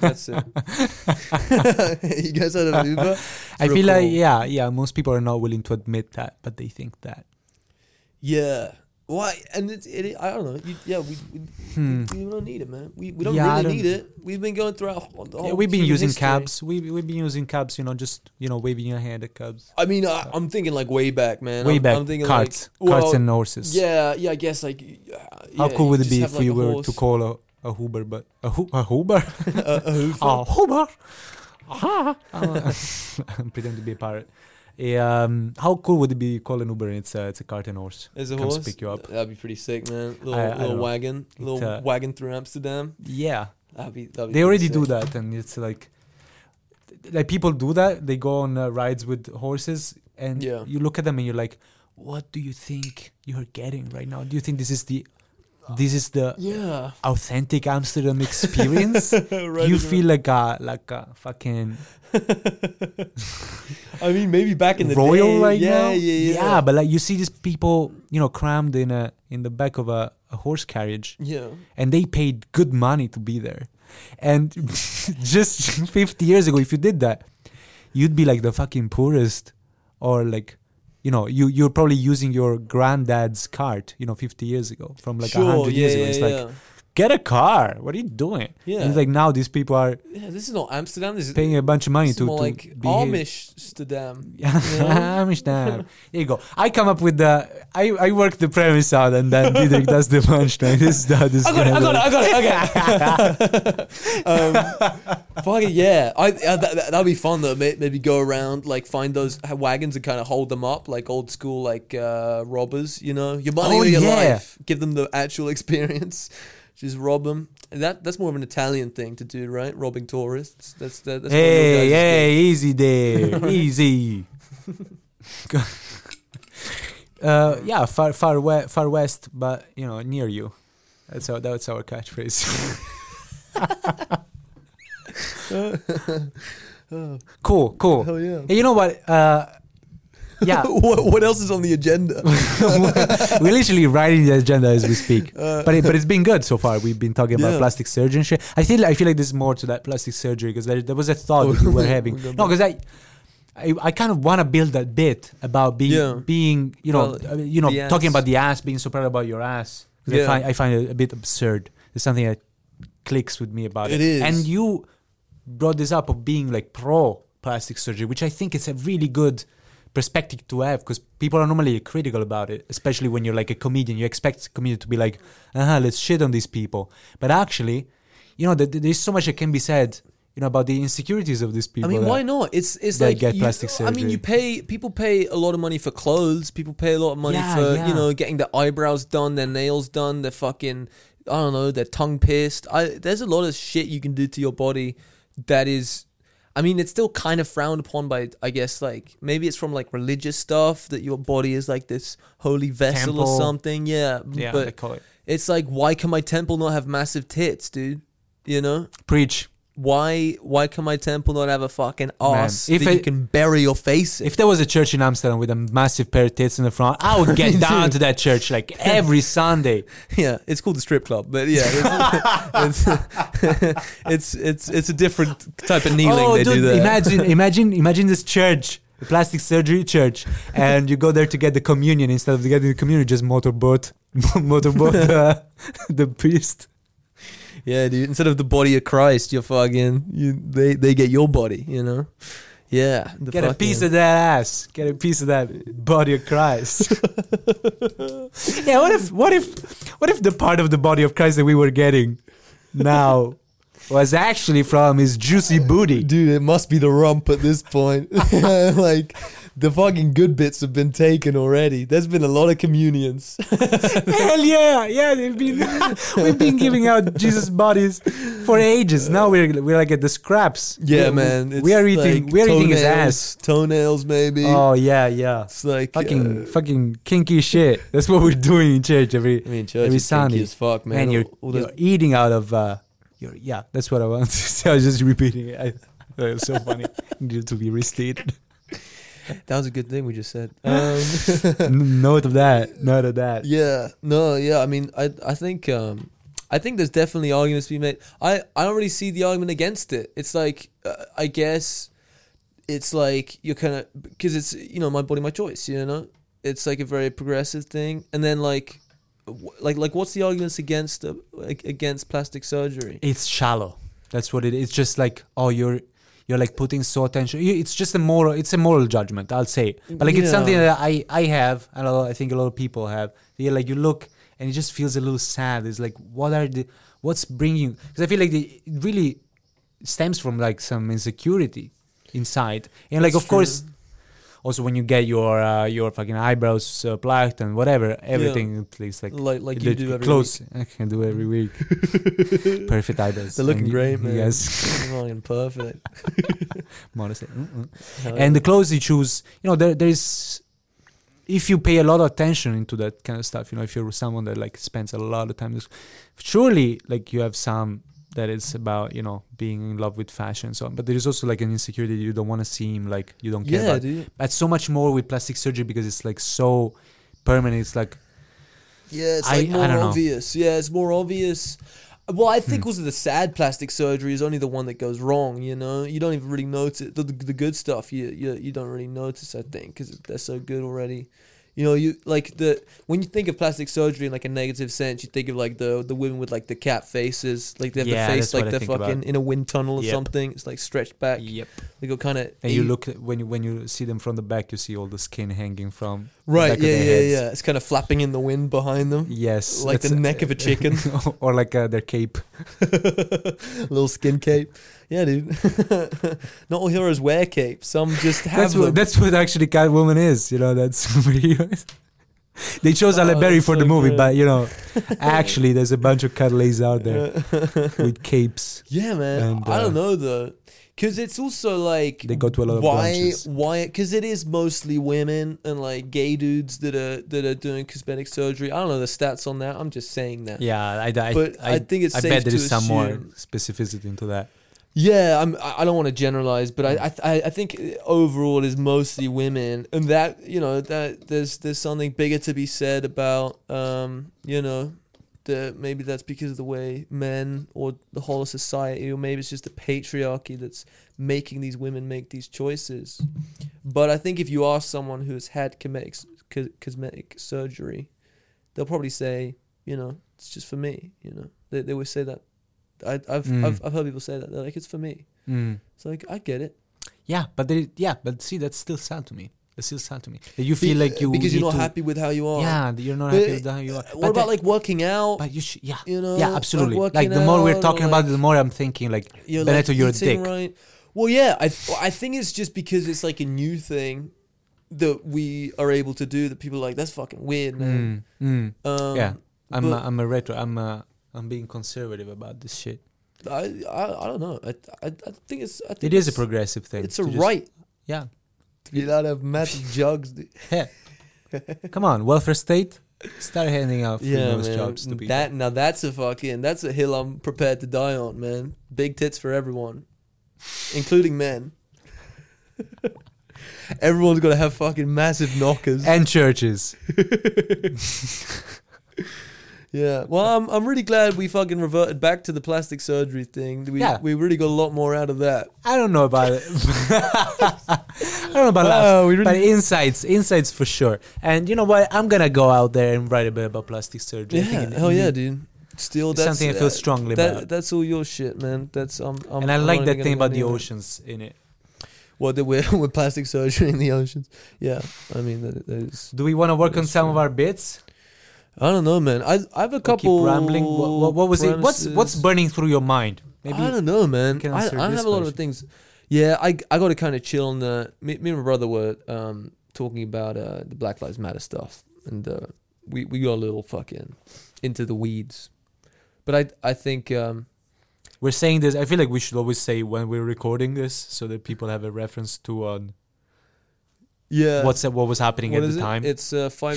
[SPEAKER 2] That's it. you guys heard of Uber?
[SPEAKER 1] I feel
[SPEAKER 2] Real
[SPEAKER 1] like
[SPEAKER 2] cool.
[SPEAKER 1] yeah, yeah. Most people are not willing to admit that, but they think that.
[SPEAKER 2] Yeah. Why? And it's it, I don't know. You, yeah, we, we,
[SPEAKER 1] Hmm.
[SPEAKER 2] we don't need it, man. We, we don't
[SPEAKER 1] Yeah, I
[SPEAKER 2] really
[SPEAKER 1] don't-
[SPEAKER 2] need it. We've been going through our whole, the
[SPEAKER 1] Yeah,
[SPEAKER 2] whole
[SPEAKER 1] we've been
[SPEAKER 2] human
[SPEAKER 1] using
[SPEAKER 2] Oh, history.
[SPEAKER 1] cabs. We we've been using cabs. You know, just you know, waving your hand at cabs.
[SPEAKER 2] I mean, I, I'm thinking like way back, man.
[SPEAKER 1] Way
[SPEAKER 2] I'm,
[SPEAKER 1] back,
[SPEAKER 2] I'm thinking
[SPEAKER 1] carts,
[SPEAKER 2] like,
[SPEAKER 1] carts
[SPEAKER 2] well,
[SPEAKER 1] and horses.
[SPEAKER 2] Yeah, yeah. I guess like. y- uh,
[SPEAKER 1] How
[SPEAKER 2] yeah,
[SPEAKER 1] cool
[SPEAKER 2] you
[SPEAKER 1] would it
[SPEAKER 2] just
[SPEAKER 1] be
[SPEAKER 2] have,
[SPEAKER 1] if
[SPEAKER 2] like,
[SPEAKER 1] we
[SPEAKER 2] a
[SPEAKER 1] were
[SPEAKER 2] horse.
[SPEAKER 1] to call a, a Uber, but a, hu- a Uber,
[SPEAKER 2] a, a hoof.
[SPEAKER 1] a Uber? Ah, I'm pretending to be a pirate. Yeah, um, how cool would it be calling Uber and it's a, it's a cart and horse?
[SPEAKER 2] As a
[SPEAKER 1] comes
[SPEAKER 2] horse,
[SPEAKER 1] pick you up.
[SPEAKER 2] that'd be pretty sick, man. Little,
[SPEAKER 1] I
[SPEAKER 2] little
[SPEAKER 1] don't know.
[SPEAKER 2] wagon, little
[SPEAKER 1] uh,
[SPEAKER 2] wagon through Amsterdam.
[SPEAKER 1] Yeah,
[SPEAKER 2] That'd be. That'd be
[SPEAKER 1] they
[SPEAKER 2] pretty
[SPEAKER 1] already
[SPEAKER 2] sick.
[SPEAKER 1] do that, and it's like like people do that. They go on uh, rides with horses, and
[SPEAKER 2] Yeah.
[SPEAKER 1] you look at them and you're like, what do you think you're getting right now? Do you think this is the this is the
[SPEAKER 2] Yeah.
[SPEAKER 1] authentic Amsterdam experience?
[SPEAKER 2] Right
[SPEAKER 1] you
[SPEAKER 2] in the-
[SPEAKER 1] feel like a like a fucking
[SPEAKER 2] I mean, maybe back in the
[SPEAKER 1] royal
[SPEAKER 2] day,
[SPEAKER 1] right
[SPEAKER 2] yeah,
[SPEAKER 1] now.
[SPEAKER 2] Yeah, yeah,
[SPEAKER 1] but like you see these people, you know, crammed in a in the back of a, a horse carriage,
[SPEAKER 2] Yeah.
[SPEAKER 1] and they paid good money to be there. And just 50 years ago, if you did that, you'd be like the fucking poorest, or like, you know, you you're probably using your granddad's cart, you know, 50 years ago from like a 100 years ago. It's like get a car. What are you doing?
[SPEAKER 2] Yeah.
[SPEAKER 1] And it's like now these people are
[SPEAKER 2] yeah. yeah, this is not Amsterdam. This is
[SPEAKER 1] paying a bunch of money
[SPEAKER 2] it's
[SPEAKER 1] to,
[SPEAKER 2] more
[SPEAKER 1] to
[SPEAKER 2] like
[SPEAKER 1] behave.
[SPEAKER 2] Amish Amsterdam.
[SPEAKER 1] Yeah,
[SPEAKER 2] Yeah.
[SPEAKER 1] Amsterdam. There you go. I come up with the. I, I work the premise out, and then Didrik does the punchline. This is how this.
[SPEAKER 2] I
[SPEAKER 1] is
[SPEAKER 2] got it, I
[SPEAKER 1] gonna
[SPEAKER 2] got it, I got it, okay. um, fuck it, yeah. I, uh, that, that, that'd be fun though. May- Maybe go around, like find those ha- wagons and kind of hold them up, like old school, like uh, robbers, you know? Your money
[SPEAKER 1] Oh,
[SPEAKER 2] or your
[SPEAKER 1] yeah.
[SPEAKER 2] life. Give them the actual experience. Just rob them. That, that's more of an Italian thing to do, right? Robbing tourists. That's, that,
[SPEAKER 1] look.
[SPEAKER 2] that's what you
[SPEAKER 1] Hey,
[SPEAKER 2] guys do.
[SPEAKER 1] hey, easy there, easy. uh, yeah, far, far, we- far west, but you know, near you. That's our that's our catchphrase. cool, cool.
[SPEAKER 2] Hell yeah.
[SPEAKER 1] Hey, you know what? Uh, yeah,
[SPEAKER 2] what, what else is on the agenda?
[SPEAKER 1] we're literally writing the agenda as we speak. but it, but it's been good so far. We've been talking
[SPEAKER 2] Uh, Yeah.
[SPEAKER 1] about plastic surgery and shit. I feel I feel like there's more to that plastic surgery because there, there was a thought that we were having.
[SPEAKER 2] We'll go
[SPEAKER 1] No, because I. I, I kind of want to build that bit about being
[SPEAKER 2] Yeah.
[SPEAKER 1] being you know
[SPEAKER 2] Well,
[SPEAKER 1] uh, you know
[SPEAKER 2] the
[SPEAKER 1] talking
[SPEAKER 2] ass.
[SPEAKER 1] about the ass being so proud about your ass 'Cause
[SPEAKER 2] Yeah.
[SPEAKER 1] I find I find it a bit absurd. There's something that clicks with me about it.
[SPEAKER 2] It is.
[SPEAKER 1] And you brought this up of being like pro plastic surgery, which I think is a really good perspective to have because people are normally critical about it, especially when you're like a comedian. You expect a comedian to be like, uh huh, let's shit on these people. But actually, you know, th- th- there's so much that can be said, you know, about the insecurities of these
[SPEAKER 2] I
[SPEAKER 1] people.
[SPEAKER 2] mean,
[SPEAKER 1] that-
[SPEAKER 2] why not? It's it's
[SPEAKER 1] they
[SPEAKER 2] like
[SPEAKER 1] get
[SPEAKER 2] you-
[SPEAKER 1] plastic
[SPEAKER 2] I mean,
[SPEAKER 1] surgery.
[SPEAKER 2] you pay people pay a lot of money for clothes. People pay a lot of money
[SPEAKER 1] Yeah,
[SPEAKER 2] for
[SPEAKER 1] yeah.
[SPEAKER 2] you know getting their eyebrows done, their nails done, their fucking I don't know, their tongue pierced. I there's a lot of shit you can do to your body that is. I mean, it's still kind of frowned upon by, I guess, like maybe it's from like religious stuff that your body is like this holy vessel or
[SPEAKER 1] Temple.
[SPEAKER 2] something. Yeah,
[SPEAKER 1] Yeah,
[SPEAKER 2] but
[SPEAKER 1] they call it.
[SPEAKER 2] it's like, why can my temple not have massive tits, dude? You know,
[SPEAKER 1] Preach.
[SPEAKER 2] why why can my temple not have a fucking ass
[SPEAKER 1] if
[SPEAKER 2] that you
[SPEAKER 1] it-
[SPEAKER 2] can bury your face in?
[SPEAKER 1] If there was a church in Amsterdam with a massive pair of tits in the front, I would get down to that church like every Sunday.
[SPEAKER 2] yeah, it's called the strip club, but yeah, it's it's, it's it's it's a different type of kneeling
[SPEAKER 1] oh,
[SPEAKER 2] they
[SPEAKER 1] dude,
[SPEAKER 2] do there.
[SPEAKER 1] imagine, imagine, imagine this church, the plastic surgery church, and you go there to get the communion instead of getting the communion, just motorboat, motorboat uh, the priest.
[SPEAKER 2] yeah, dude. Instead of the body of Christ, you're fucking you. They they get your body, you know. Yeah, the
[SPEAKER 1] Get a piece of that ass. Get a piece of that body of Christ. yeah, what if, what if, what if the part of the body of Christ that we were getting now was actually from his juicy booty?
[SPEAKER 2] dude. It must be the rump at this point. like the fucking good bits have been taken already. There's been a lot of communions.
[SPEAKER 1] Hell yeah, yeah, they've been we've been giving out Jesus bodies for ages. Now we're we're like at the scraps.
[SPEAKER 2] Yeah,
[SPEAKER 1] We're-
[SPEAKER 2] man. It's
[SPEAKER 1] we are eating.
[SPEAKER 2] like
[SPEAKER 1] we are eating his
[SPEAKER 2] toenails-
[SPEAKER 1] ass.
[SPEAKER 2] Toenails, maybe.
[SPEAKER 1] Oh yeah, yeah.
[SPEAKER 2] it's like
[SPEAKER 1] Fucking
[SPEAKER 2] uh,
[SPEAKER 1] fucking kinky shit. That's what we're doing in church every
[SPEAKER 2] I mean, church
[SPEAKER 1] every
[SPEAKER 2] is kinky
[SPEAKER 1] Sunday.
[SPEAKER 2] as fuck, man.
[SPEAKER 1] man. You're,
[SPEAKER 2] All- all those-
[SPEAKER 1] you're eating out of. Uh, you're, yeah, that's what I want to say. I was just repeating it. I, that was so funny. Needed to be restated.
[SPEAKER 2] that was a good thing we just said. Um,
[SPEAKER 1] N- note of that. Note of that.
[SPEAKER 2] Yeah, no, yeah. I mean, I I think um, I think there's definitely arguments to be made. I I don't really see the argument against it. It's like uh, I guess it's like you're kind of because it's you know my body, my choice. You know, it's like a very progressive thing. And then like wh- like like what's the arguments against uh, like, against plastic surgery?
[SPEAKER 1] It's shallow. That's what it is. It's just like oh, you're you're like putting so attention. You- It's just a moral. It's a moral judgment. I'll say, but like it's something
[SPEAKER 2] Yeah.
[SPEAKER 1] that I I have, and a lot- I think a lot of people have. Yeah, like you look and it just feels a little sad. It's like what are the what's bringing? Because I feel like the, it really stems from like some insecurity inside, and like
[SPEAKER 2] That's
[SPEAKER 1] of course. Also, when you get your uh, your fucking eyebrows uh, plucked and whatever, everything at least like
[SPEAKER 2] Like like
[SPEAKER 1] the
[SPEAKER 2] you do every
[SPEAKER 1] clothes I can do every week. Perfect eyebrows.
[SPEAKER 2] They're looking
[SPEAKER 1] And you-
[SPEAKER 2] great, man.
[SPEAKER 1] Yes,
[SPEAKER 2] week. Fucking perfect.
[SPEAKER 1] modestly.
[SPEAKER 2] mm,
[SPEAKER 1] Mm-mm.
[SPEAKER 2] Hell
[SPEAKER 1] And the clothes you choose, you know, there there is. If you pay a lot of attention into that kind of stuff, you know, if you're someone that like spends a lot of time, surely like you have some that it's about you know being in love with fashion and so on. But there is also like an insecurity you don't want to seem like you don't care
[SPEAKER 2] yeah,
[SPEAKER 1] about
[SPEAKER 2] dude.
[SPEAKER 1] but so much more with plastic surgery because it's like so permanent. It's like
[SPEAKER 2] Yeah, it's
[SPEAKER 1] I-
[SPEAKER 2] like
[SPEAKER 1] I
[SPEAKER 2] more
[SPEAKER 1] don't know. Hmm.
[SPEAKER 2] obvious. Yeah, it's more obvious. Well, I think also the sad plastic surgery is only the one that goes wrong. You know, you don't even really notice the, the, the good stuff. You, you you don't really notice. I think because they're so good already. You know, you like the when you think of plastic surgery in like a negative sense, you think of like the the women with like the cat faces, like they have
[SPEAKER 1] Yeah,
[SPEAKER 2] the face
[SPEAKER 1] that's what
[SPEAKER 2] like
[SPEAKER 1] I
[SPEAKER 2] they're
[SPEAKER 1] think about.
[SPEAKER 2] fucking in a wind tunnel or
[SPEAKER 1] Yep.
[SPEAKER 2] something. It's like stretched back. They go kind of
[SPEAKER 1] And you look when you when you see them from the back, you see all the skin hanging from the
[SPEAKER 2] right.
[SPEAKER 1] back
[SPEAKER 2] Yeah,
[SPEAKER 1] of
[SPEAKER 2] yeah,
[SPEAKER 1] their heads.
[SPEAKER 2] yeah. It's kind of flapping in the wind behind them.
[SPEAKER 1] Yes,
[SPEAKER 2] Like the
[SPEAKER 1] that's-
[SPEAKER 2] neck of a chicken.
[SPEAKER 1] or like uh, their cape.
[SPEAKER 2] little skin cape. Yeah, dude. Not all heroes wear capes. Some just have
[SPEAKER 1] That's
[SPEAKER 2] them.
[SPEAKER 1] what that's what actually Catwoman is. You know, that's superheroes. They chose Halle
[SPEAKER 2] Oh,
[SPEAKER 1] Berry
[SPEAKER 2] that's
[SPEAKER 1] for the
[SPEAKER 2] so
[SPEAKER 1] movie,
[SPEAKER 2] good.
[SPEAKER 1] but you know, actually, there's a bunch of cat ladies out there with capes.
[SPEAKER 2] yeah, man.
[SPEAKER 1] And,
[SPEAKER 2] I
[SPEAKER 1] uh,
[SPEAKER 2] don't know though, because it's also like
[SPEAKER 1] They go to a lot of
[SPEAKER 2] why
[SPEAKER 1] branches.
[SPEAKER 2] why because it is mostly women and like gay dudes that are that are doing cosmetic surgery. I don't know the stats on that. I'm just saying that.
[SPEAKER 1] Yeah, I, I,
[SPEAKER 2] But I think it's
[SPEAKER 1] I
[SPEAKER 2] safe
[SPEAKER 1] bet there
[SPEAKER 2] to
[SPEAKER 1] is some more
[SPEAKER 2] assume-
[SPEAKER 1] specificity into that.
[SPEAKER 2] Yeah, I'm. I I don't want to generalize, but I, I, I I think overall is mostly women, and that you know that there's there's something bigger to be said about um you know that maybe that's because of the way men or the whole of society, or maybe it's just the patriarchy that's making these women make these choices. But I think if you ask someone who has had cosmetic cos- cosmetic surgery, they'll probably say you know it's just for me. You know they they would say that. I, I've,
[SPEAKER 1] Mm.
[SPEAKER 2] I've I've heard people say that they're like it's for me. It's like I get it.
[SPEAKER 1] Yeah, but there, yeah, but see, that's still sad to me. That's still sad to me. That you feel like you
[SPEAKER 2] because you're
[SPEAKER 1] need
[SPEAKER 2] not
[SPEAKER 1] to-
[SPEAKER 2] happy with how you are.
[SPEAKER 1] Yeah, that you're not
[SPEAKER 2] But,
[SPEAKER 1] happy with how you are.
[SPEAKER 2] uh,
[SPEAKER 1] But
[SPEAKER 2] What about
[SPEAKER 1] the-
[SPEAKER 2] like working out?
[SPEAKER 1] But you should, yeah,
[SPEAKER 2] You know,
[SPEAKER 1] yeah, absolutely. Like,
[SPEAKER 2] working
[SPEAKER 1] the more
[SPEAKER 2] out
[SPEAKER 1] we're
[SPEAKER 2] or,
[SPEAKER 1] talking about
[SPEAKER 2] like,
[SPEAKER 1] it, the more I'm thinking like
[SPEAKER 2] you're
[SPEAKER 1] Benetto, you're a
[SPEAKER 2] eating
[SPEAKER 1] dick.
[SPEAKER 2] right? Well, yeah, I well, I think it's just because it's like a new thing that we are able to do that people are like that's fucking weird, man.
[SPEAKER 1] Mm, mm,
[SPEAKER 2] Um,
[SPEAKER 1] yeah, I'm
[SPEAKER 2] but-
[SPEAKER 1] a, I'm a retro. I'm a, I'm being conservative about this shit.
[SPEAKER 2] I, I I don't know. I I, I think it's I think
[SPEAKER 1] It is a
[SPEAKER 2] it's-
[SPEAKER 1] progressive thing.
[SPEAKER 2] It's a
[SPEAKER 1] to just-
[SPEAKER 2] right
[SPEAKER 1] Yeah.
[SPEAKER 2] to be allowed to have massive jugs. dude.
[SPEAKER 1] Yeah. Come on, welfare state. Start handing out free
[SPEAKER 2] Yeah,
[SPEAKER 1] nose
[SPEAKER 2] man.
[SPEAKER 1] jobs to people.
[SPEAKER 2] That now that's a fucking that's a hill I'm prepared to die on, man. Big tits for everyone, including men. Everyone's gonna have fucking massive knockers.
[SPEAKER 1] and churches.
[SPEAKER 2] yeah. Well, I'm I'm really glad we fucking reverted back to the plastic surgery thing. We
[SPEAKER 1] Yeah.
[SPEAKER 2] we really got a lot more out of that.
[SPEAKER 1] I don't know about it. I don't know about
[SPEAKER 2] Wow,
[SPEAKER 1] that.
[SPEAKER 2] we really-
[SPEAKER 1] but insights, insights for sure. And you know what? I'm gonna go out there and write a bit about plastic surgery. I
[SPEAKER 2] Yeah.
[SPEAKER 1] think it-
[SPEAKER 2] Hell yeah, dude. Mm-hmm. Still,
[SPEAKER 1] It's
[SPEAKER 2] that's uh,
[SPEAKER 1] something I feel strongly
[SPEAKER 2] that,
[SPEAKER 1] about.
[SPEAKER 2] That's all your shit, man. That's um. I'm,
[SPEAKER 1] and I
[SPEAKER 2] I'm
[SPEAKER 1] like
[SPEAKER 2] not
[SPEAKER 1] that
[SPEAKER 2] even
[SPEAKER 1] thing
[SPEAKER 2] gonna
[SPEAKER 1] about the
[SPEAKER 2] go near it.
[SPEAKER 1] oceans in it.
[SPEAKER 2] Well, that we're with plastic surgery in the oceans. Yeah, I mean that, that is
[SPEAKER 1] Do we want to work on
[SPEAKER 2] That's
[SPEAKER 1] some of
[SPEAKER 2] true.
[SPEAKER 1] our bits?
[SPEAKER 2] I don't know, man. I I have a
[SPEAKER 1] Or
[SPEAKER 2] couple
[SPEAKER 1] Keep rambling. What, what, what was it? What's what's
[SPEAKER 2] premises.
[SPEAKER 1] burning through your mind?
[SPEAKER 2] I
[SPEAKER 1] Maybe
[SPEAKER 2] don't know, man.
[SPEAKER 1] can
[SPEAKER 2] I,
[SPEAKER 1] answer
[SPEAKER 2] I
[SPEAKER 1] this
[SPEAKER 2] have a lot of
[SPEAKER 1] question.
[SPEAKER 2] things. Yeah, I I got to kind of chill on the. Me, me and my brother were um talking about uh the Black Lives Matter stuff, and uh, we we got a little fucking into the weeds, but I I think um
[SPEAKER 1] We're saying this. I feel like we should always say when we're recording this, so that people have a reference to on
[SPEAKER 2] Yeah.
[SPEAKER 1] what's what was happening
[SPEAKER 2] What
[SPEAKER 1] at
[SPEAKER 2] is
[SPEAKER 1] the
[SPEAKER 2] it?
[SPEAKER 1] time.
[SPEAKER 2] It's uh,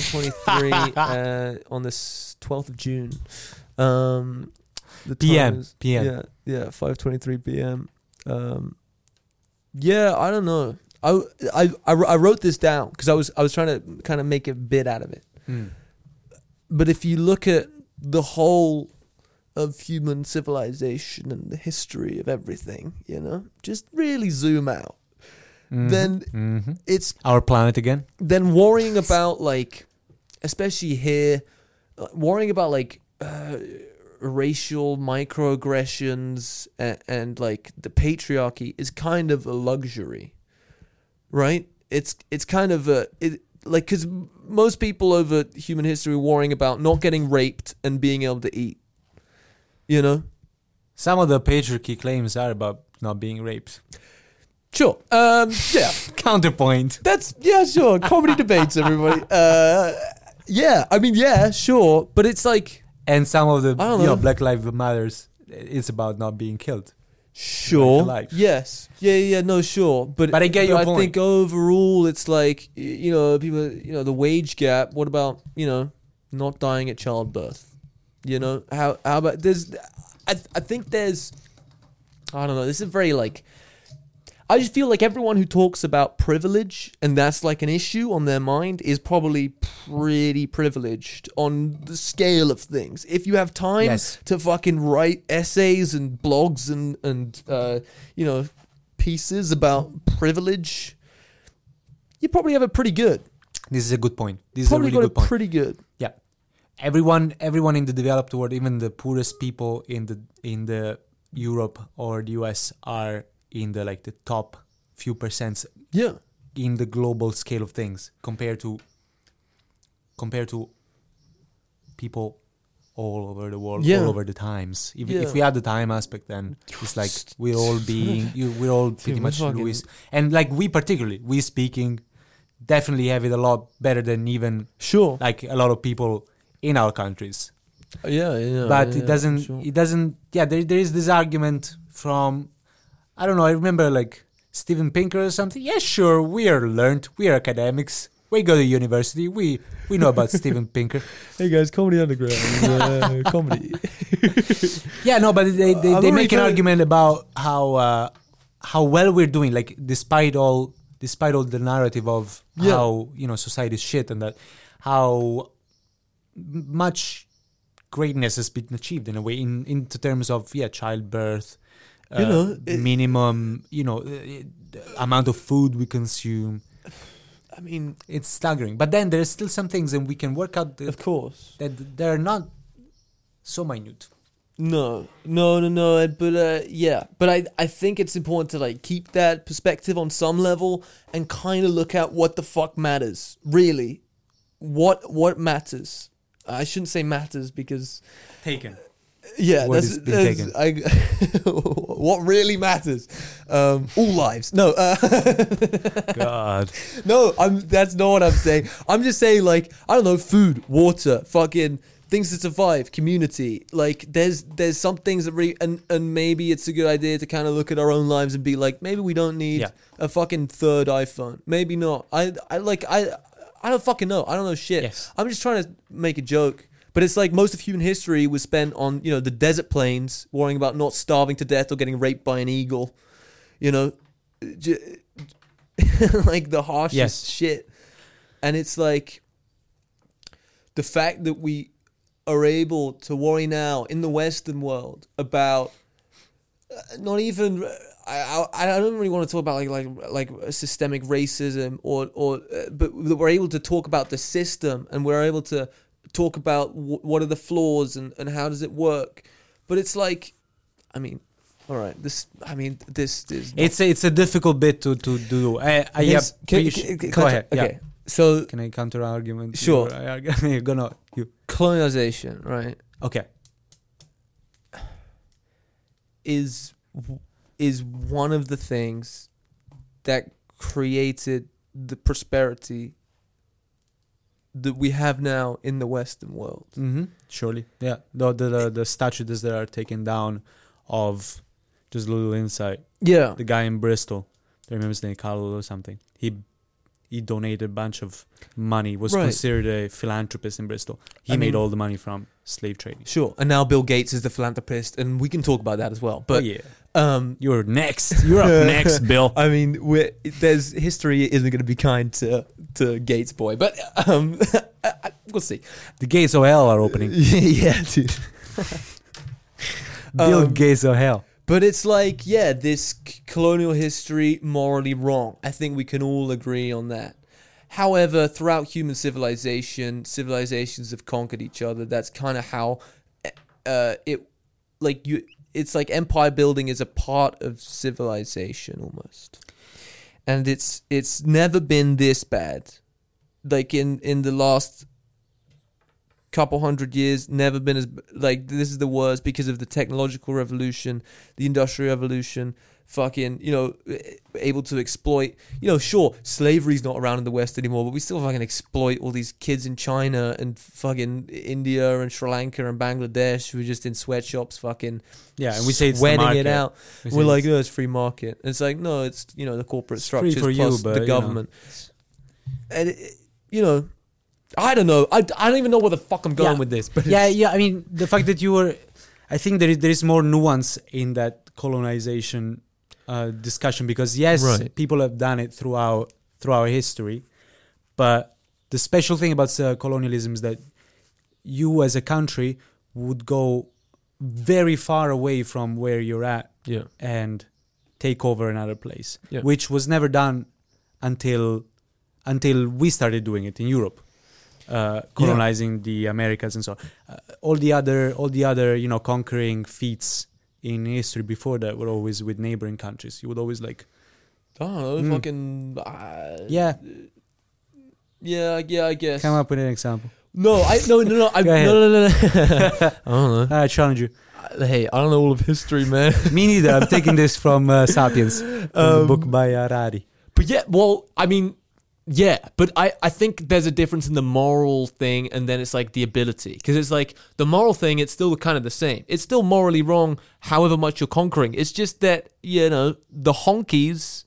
[SPEAKER 2] 5:23 uh, on this 12th of June. Um, the time
[SPEAKER 1] PM,
[SPEAKER 2] is-
[SPEAKER 1] PM.
[SPEAKER 2] Yeah, yeah, 5:23 p.m. Um, yeah, I don't know. I w- I I wr- I wrote this down because I was I was trying to kind of make a bit out of it.
[SPEAKER 1] Mm.
[SPEAKER 2] But if you look at the whole of human civilization and the history of everything, you know, just really zoom out.
[SPEAKER 1] Mhm.
[SPEAKER 2] Then
[SPEAKER 1] Mhm.
[SPEAKER 2] it's
[SPEAKER 1] our planet again.
[SPEAKER 2] then worrying about like especially here uh, worrying about like uh, racial microaggressions and, and like the patriarchy is kind of a luxury right it's it's kind of a it, like cuz most people over human history were worrying about not getting raped and being able to eat you know
[SPEAKER 1] Some of the patriarchy claims are about not being raped.
[SPEAKER 2] sure um yeah
[SPEAKER 1] Counterpoint.
[SPEAKER 2] That's yeah, sure. Comedy debates, everybody. Uh, yeah, I mean, yeah, sure, but it's like
[SPEAKER 1] And some of the
[SPEAKER 2] I don't
[SPEAKER 1] you know,
[SPEAKER 2] know.
[SPEAKER 1] Black Lives Matters it's about not being killed.
[SPEAKER 2] sure,
[SPEAKER 1] Like the life.
[SPEAKER 2] yes, yeah, yeah, yeah, no, sure, but
[SPEAKER 1] But I get your
[SPEAKER 2] I
[SPEAKER 1] point.
[SPEAKER 2] think overall, it's like y- you know, people, you know, the wage gap. What about you know, not dying at childbirth? You know, how how about there's, I th- I think there's, I don't know. This is very like. I just feel like everyone who talks about privilege and that's like an issue on their mind is probably pretty privileged on the scale of things. If you have time
[SPEAKER 1] Yes.
[SPEAKER 2] to fucking write essays and blogs and and uh, you know pieces about privilege, you probably have it pretty good.
[SPEAKER 1] This is a good point. This is a
[SPEAKER 2] Probably
[SPEAKER 1] really good
[SPEAKER 2] got it
[SPEAKER 1] point.
[SPEAKER 2] pretty good.
[SPEAKER 1] Yeah. Everyone everyone in the developed world, even the poorest people in the in the Europe or the US are in the like the top few percents
[SPEAKER 2] Yeah.
[SPEAKER 1] in the global scale of things compared to compared to people all over the world,
[SPEAKER 2] Yeah.
[SPEAKER 1] all over the times. If,
[SPEAKER 2] Yeah.
[SPEAKER 1] if we add the time aspect, then it's like we're all being, you, we're all pretty
[SPEAKER 2] we're
[SPEAKER 1] much
[SPEAKER 2] fucking-
[SPEAKER 1] Louis, and like we particularly, we speaking, definitely have it a lot better than even
[SPEAKER 2] Sure.
[SPEAKER 1] like a lot of people in our countries
[SPEAKER 2] Yeah. yeah
[SPEAKER 1] but
[SPEAKER 2] Oh, yeah,
[SPEAKER 1] it doesn't
[SPEAKER 2] sure.
[SPEAKER 1] it doesn't yeah there, there is this argument from i don't know i remember like steven pinker or something yeah sure we are learned we are academics we go to university we we know about steven pinker
[SPEAKER 2] Hey guys, comedy underground. Uh, comedy.
[SPEAKER 1] yeah no but they they,
[SPEAKER 2] I'm
[SPEAKER 1] they
[SPEAKER 2] already
[SPEAKER 1] make an
[SPEAKER 2] trying-
[SPEAKER 1] argument about how uh how well we're doing like despite all despite all the narrative of
[SPEAKER 2] Yeah.
[SPEAKER 1] how you know society's shit and that how m- much greatness has been achieved in a way in into terms of yeah childbirth uh,
[SPEAKER 2] You know, it-
[SPEAKER 1] minimum you know uh, the amount of food we consume
[SPEAKER 2] I mean,
[SPEAKER 1] it's staggering but then there's still some things and we can work out that,
[SPEAKER 2] of course.
[SPEAKER 1] that they're not so minute
[SPEAKER 2] No, no, no, no. and- But uh, yeah, but I, I think it's important to like keep that perspective on some level and kind of look at what the fuck matters really. What what matters? I shouldn't say matters because
[SPEAKER 1] taken
[SPEAKER 2] yeah,
[SPEAKER 1] Word
[SPEAKER 2] that's,
[SPEAKER 1] has been
[SPEAKER 2] that's I, what really matters. Um, all lives. No, uh,
[SPEAKER 1] god
[SPEAKER 2] no. I'm that's not what I'm saying. I'm just saying like I don't know, food, water, fucking things to survive, community. Like there's there's some things that really and and maybe it's a good idea to kind of look at our own lives and be like maybe we don't need
[SPEAKER 1] Yeah.
[SPEAKER 2] a fucking third iPhone. Maybe not. I I like I I don't fucking know. I don't know shit.
[SPEAKER 1] Yes.
[SPEAKER 2] I'm just trying to make a joke. But it's like most of human history was spent on, you know, the desert plains, worrying about not starving to death or getting raped by an eagle. You know, J- like the harshest
[SPEAKER 1] Yes.
[SPEAKER 2] shit. And it's like the fact that we are able to worry now in the Western world about uh, not even I, I I don't really want to talk about like like like systemic racism or or uh, but that we're able to talk about the system and we're able to talk about w- what are the flaws and and how does it work but it's like I mean all right this I mean this is
[SPEAKER 1] It's a, it's a difficult bit to to do. I, I yeah,
[SPEAKER 2] Yes, can-
[SPEAKER 1] please,
[SPEAKER 2] can- can-
[SPEAKER 1] go
[SPEAKER 2] can-
[SPEAKER 1] ahead.
[SPEAKER 2] okay
[SPEAKER 1] Yeah.
[SPEAKER 2] so
[SPEAKER 1] Can I counter argument?
[SPEAKER 2] Sure.
[SPEAKER 1] You're gonna you.
[SPEAKER 2] colonization right
[SPEAKER 1] Okay.
[SPEAKER 2] is is one of the things that created the prosperity that we have now in the Western world.
[SPEAKER 1] Mm-hmm. Surely. Yeah. The the the, the statues that are taken down of just a little insight.
[SPEAKER 4] Yeah.
[SPEAKER 1] The guy in Bristol, I remember his name, Carlo or something. He he donated a bunch of money. Was
[SPEAKER 2] Right.
[SPEAKER 1] considered a philanthropist in Bristol. He
[SPEAKER 2] I
[SPEAKER 1] made
[SPEAKER 2] mean-
[SPEAKER 1] all the money from slave trading.
[SPEAKER 2] Sure. And now Bill Gates is the philanthropist, and we can talk about that as well.
[SPEAKER 1] Oh,
[SPEAKER 2] But
[SPEAKER 1] yeah,
[SPEAKER 2] um,
[SPEAKER 1] you're next. You're up next, Bill.
[SPEAKER 2] I mean, we're, there's history isn't going to be kind to to Gates boy, but um, I- I- we'll see.
[SPEAKER 1] The gates of hell are
[SPEAKER 2] Um,
[SPEAKER 1] opening.
[SPEAKER 2] yeah, dude.
[SPEAKER 1] Bill
[SPEAKER 2] Um,
[SPEAKER 1] Gates of hell.
[SPEAKER 2] But it's like, yeah, this c- colonial history morally wrong. I think we can all agree on that. However, throughout human civilization, civilizations have conquered each other. That's kind of how uh, it, like you, it's like empire building is a part of civilization almost, and it's it's never been this bad. Like in in the last couple hundred years never been as like this is the worst because of the technological revolution the industrial revolution fucking you know able to exploit you know sure slavery's not around in the west anymore but we still fucking exploit all these kids in china and fucking india and sri lanka and bangladesh who are just in sweatshops fucking
[SPEAKER 1] Yeah, and we say it's the
[SPEAKER 2] sweating
[SPEAKER 1] market.
[SPEAKER 2] it out
[SPEAKER 1] We say
[SPEAKER 2] we're like
[SPEAKER 1] it's-
[SPEAKER 2] oh it's free market it's like no it's you know the corporate
[SPEAKER 1] It's free
[SPEAKER 2] structures
[SPEAKER 1] for you,
[SPEAKER 2] plus
[SPEAKER 1] but, you
[SPEAKER 2] the
[SPEAKER 1] know,
[SPEAKER 2] government and it, you know i don't know I, I don't even know where the fuck i'm going
[SPEAKER 1] Yeah.
[SPEAKER 2] with this but
[SPEAKER 1] yeah, yeah. I mean, the fact that you were, I think there is, there is more nuance in that colonization uh, discussion because yes,
[SPEAKER 2] Right.
[SPEAKER 1] people have done it throughout throughout history, but the special thing about uh, colonialism is that you as a country would go very far away from where you're at
[SPEAKER 4] Yeah.
[SPEAKER 1] and take over another place,
[SPEAKER 4] Yeah.
[SPEAKER 1] which was never done until until we started doing it in Europe, uh, colonizing the Americas and so on. Uh, all the other all the other you know conquering feats in history before that were always with neighboring countries. You would always like
[SPEAKER 2] I don't
[SPEAKER 1] Mm.
[SPEAKER 2] know, Oh, fucking. Uh,
[SPEAKER 1] yeah,
[SPEAKER 2] yeah, yeah, I guess.
[SPEAKER 1] come up with an example.
[SPEAKER 2] No, I no no no I
[SPEAKER 1] Go ahead.
[SPEAKER 2] no no no. no. I don't
[SPEAKER 1] I challenge you.
[SPEAKER 2] know. Hey, I don't know all of history, man.
[SPEAKER 1] Me neither. I'm taking this from uh, Sapiens, from the
[SPEAKER 2] Um,
[SPEAKER 1] book by uh, Harari.
[SPEAKER 4] But yeah, well, I mean, yeah, but I, I think there's a difference in the moral thing and then it's like the ability. Because it's like the moral thing, it's still kind of the same. It's still morally wrong, however much you're conquering. It's just that, you know, the honkies,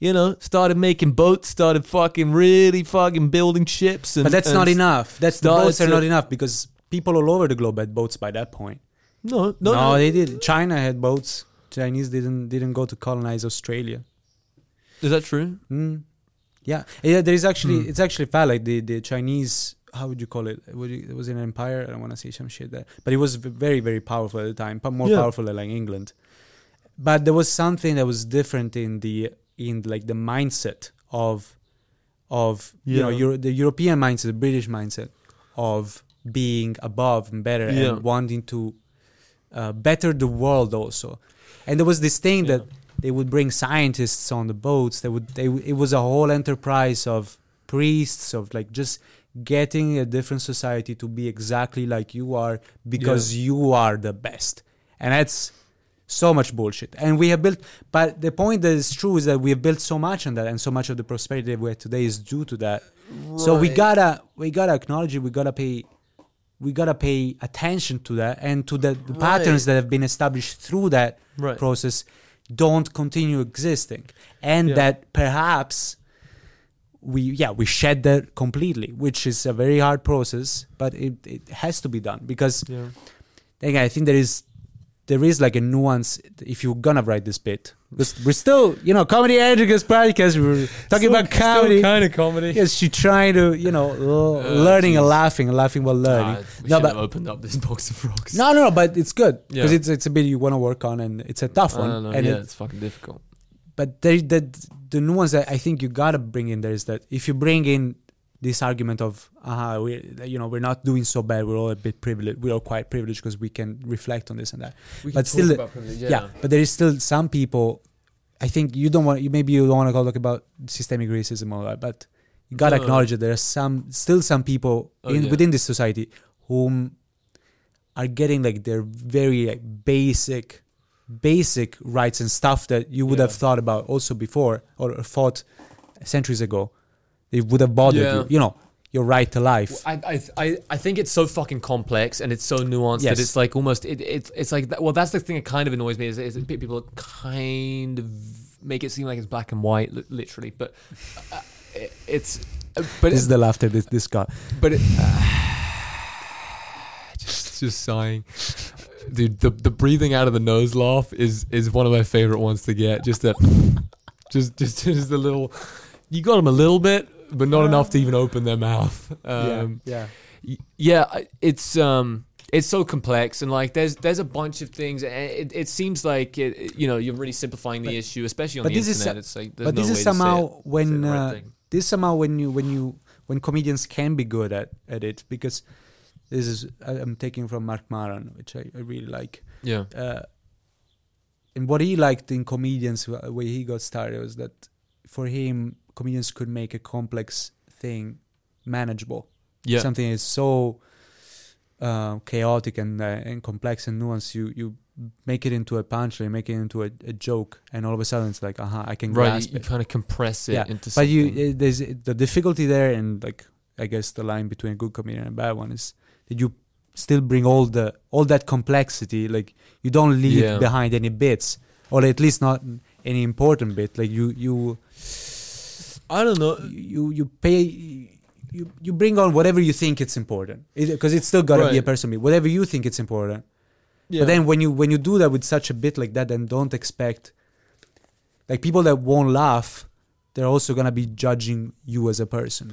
[SPEAKER 4] you know, started making boats, started fucking really fucking building ships. And,
[SPEAKER 1] But that's
[SPEAKER 4] and
[SPEAKER 1] not enough. That's the
[SPEAKER 4] started
[SPEAKER 1] boats are
[SPEAKER 4] to-
[SPEAKER 1] not enough because people all over the globe had boats by that point.
[SPEAKER 4] No, no,
[SPEAKER 1] No,
[SPEAKER 4] no.
[SPEAKER 1] they did. China had boats. Chinese didn't didn't go to colonize Australia.
[SPEAKER 4] Is that true?
[SPEAKER 1] Mm. Yeah, yeah. There is
[SPEAKER 4] Hmm.
[SPEAKER 1] actually it's actually fact like the the Chinese. How would you call it? Would you, it was an empire. I don't want to say some shit there, but it was v- very very powerful at the time, but more
[SPEAKER 4] Yeah.
[SPEAKER 1] powerful than like England. But there was something that was different in the in like the mindset of of you know
[SPEAKER 4] Yeah.
[SPEAKER 1] Euro, the European mindset, the British mindset of being above and better
[SPEAKER 4] Yeah.
[SPEAKER 1] and wanting to uh, better the world also. And there was this thing that they would bring scientists on the boats. They would they w- it was a whole enterprise of priests of like just getting a different society to be exactly like you are because you are the best. And that's so much bullshit. And we have built but the point that is true is that we have built so much on that and so much of the prosperity that we have today is due to that. So we
[SPEAKER 4] Right.
[SPEAKER 1] gotta we gotta acknowledge it, we gotta pay we gotta pay attention to that and to the, the patterns that have been established through that
[SPEAKER 4] Right.
[SPEAKER 1] process don't continue existing and
[SPEAKER 4] Yeah.
[SPEAKER 1] that perhaps we yeah we shed that completely which is a very hard process but it, it has to be done because
[SPEAKER 4] Yeah.
[SPEAKER 1] again i think there is there is like a nuance if you're gonna write this bit because we're still you know comedy educators podcast we're talking about comedy
[SPEAKER 2] kind of comedy.
[SPEAKER 1] Yes, she trying to, you know, l-
[SPEAKER 4] Uh,
[SPEAKER 1] learning and
[SPEAKER 4] jeez. Ah,
[SPEAKER 1] laughing and laughing while learning.
[SPEAKER 4] we
[SPEAKER 1] no,
[SPEAKER 4] should have
[SPEAKER 1] but
[SPEAKER 4] opened up this box of frogs.
[SPEAKER 1] no, no, no, but it's good because
[SPEAKER 4] Yeah.
[SPEAKER 1] it's it's a bit you want to work on and it's a tough
[SPEAKER 4] I
[SPEAKER 1] one.
[SPEAKER 4] don't know.
[SPEAKER 1] and
[SPEAKER 4] yeah,
[SPEAKER 1] it,
[SPEAKER 4] it's fucking difficult.
[SPEAKER 1] but there, the the nuance that I think you gotta bring in there is that if you bring in this argument of uh we you know we're not doing so bad we're all a bit privileged we're all quite privileged because we can reflect on this and that
[SPEAKER 4] We
[SPEAKER 1] But still-
[SPEAKER 4] privilege,
[SPEAKER 1] yeah. but there is still some people i think you don't want you maybe you don't want to talk about systemic racism and all that but you gotta
[SPEAKER 4] No.
[SPEAKER 1] acknowledge that there are some still some people
[SPEAKER 4] Oh,
[SPEAKER 1] in
[SPEAKER 4] yeah.
[SPEAKER 1] within this society whom are getting like their very like, basic basic rights and stuff that you would
[SPEAKER 4] Yeah.
[SPEAKER 1] have thought about also before or thought centuries ago they would have bothered
[SPEAKER 4] Yeah.
[SPEAKER 1] you you know your right to life.
[SPEAKER 5] I, I, I, I think it's so fucking complex and it's so nuanced
[SPEAKER 1] Yes.
[SPEAKER 5] that it's like almost it, it's it's like that, well that's the thing that kind of annoys me is, is that people kind of make it seem like it's black and white li- literally but uh, it, it's uh, but
[SPEAKER 1] This is
[SPEAKER 5] it's
[SPEAKER 1] the laughter this this got.
[SPEAKER 5] but it, uh, just just sighing dude the, the breathing out of the nose laugh is is one of my favorite ones to get just that just just just the little you got them a little bit but not enough to even open their mouth um,
[SPEAKER 1] yeah.
[SPEAKER 5] Y- yeah I- it's um it's so complex and like there's there's a bunch of things and it, it seems like it, it- you know you're really simplifying the
[SPEAKER 1] But-
[SPEAKER 5] issue especially on
[SPEAKER 1] but
[SPEAKER 5] the
[SPEAKER 1] this is
[SPEAKER 5] internet
[SPEAKER 1] so-
[SPEAKER 5] it's like there's
[SPEAKER 1] But this
[SPEAKER 5] no way
[SPEAKER 1] is
[SPEAKER 5] to say
[SPEAKER 1] somehow
[SPEAKER 5] it- say
[SPEAKER 1] when
[SPEAKER 5] the right
[SPEAKER 1] uh,
[SPEAKER 5] thing.
[SPEAKER 1] this somehow when you when you when comedians can be good at at it because this is I- I'm taking from Mark Maron, which I, I really like.
[SPEAKER 5] yeah
[SPEAKER 1] Uh, and what he liked in comedians wh- where he got started was that for him comedians could make a complex thing manageable.
[SPEAKER 5] yeah
[SPEAKER 1] something is so uh, chaotic and uh, and complex and nuanced, you you make it into a punchline, make it into a, a joke, and all of a sudden it's like, aha, I can
[SPEAKER 5] right
[SPEAKER 1] grasp
[SPEAKER 5] you, you
[SPEAKER 1] it.
[SPEAKER 5] kind of compress it
[SPEAKER 1] Yeah,
[SPEAKER 5] into
[SPEAKER 1] But
[SPEAKER 5] something.
[SPEAKER 1] you uh, there's the difficulty there, and like I guess the line between a good comedian and a bad one is that you still bring all the all that complexity, like you don't leave
[SPEAKER 5] Yeah.
[SPEAKER 1] behind any bits, or at least not any important bit. Like you you
[SPEAKER 5] i don't know
[SPEAKER 1] you you pay you you bring on whatever you think it's important because it's still got to be a
[SPEAKER 5] Right.
[SPEAKER 1] personal beat whatever you think it's important
[SPEAKER 5] yeah.
[SPEAKER 1] but then when you when you do that with such a bit like that then don't expect like people that won't laugh they're also gonna be judging you as a person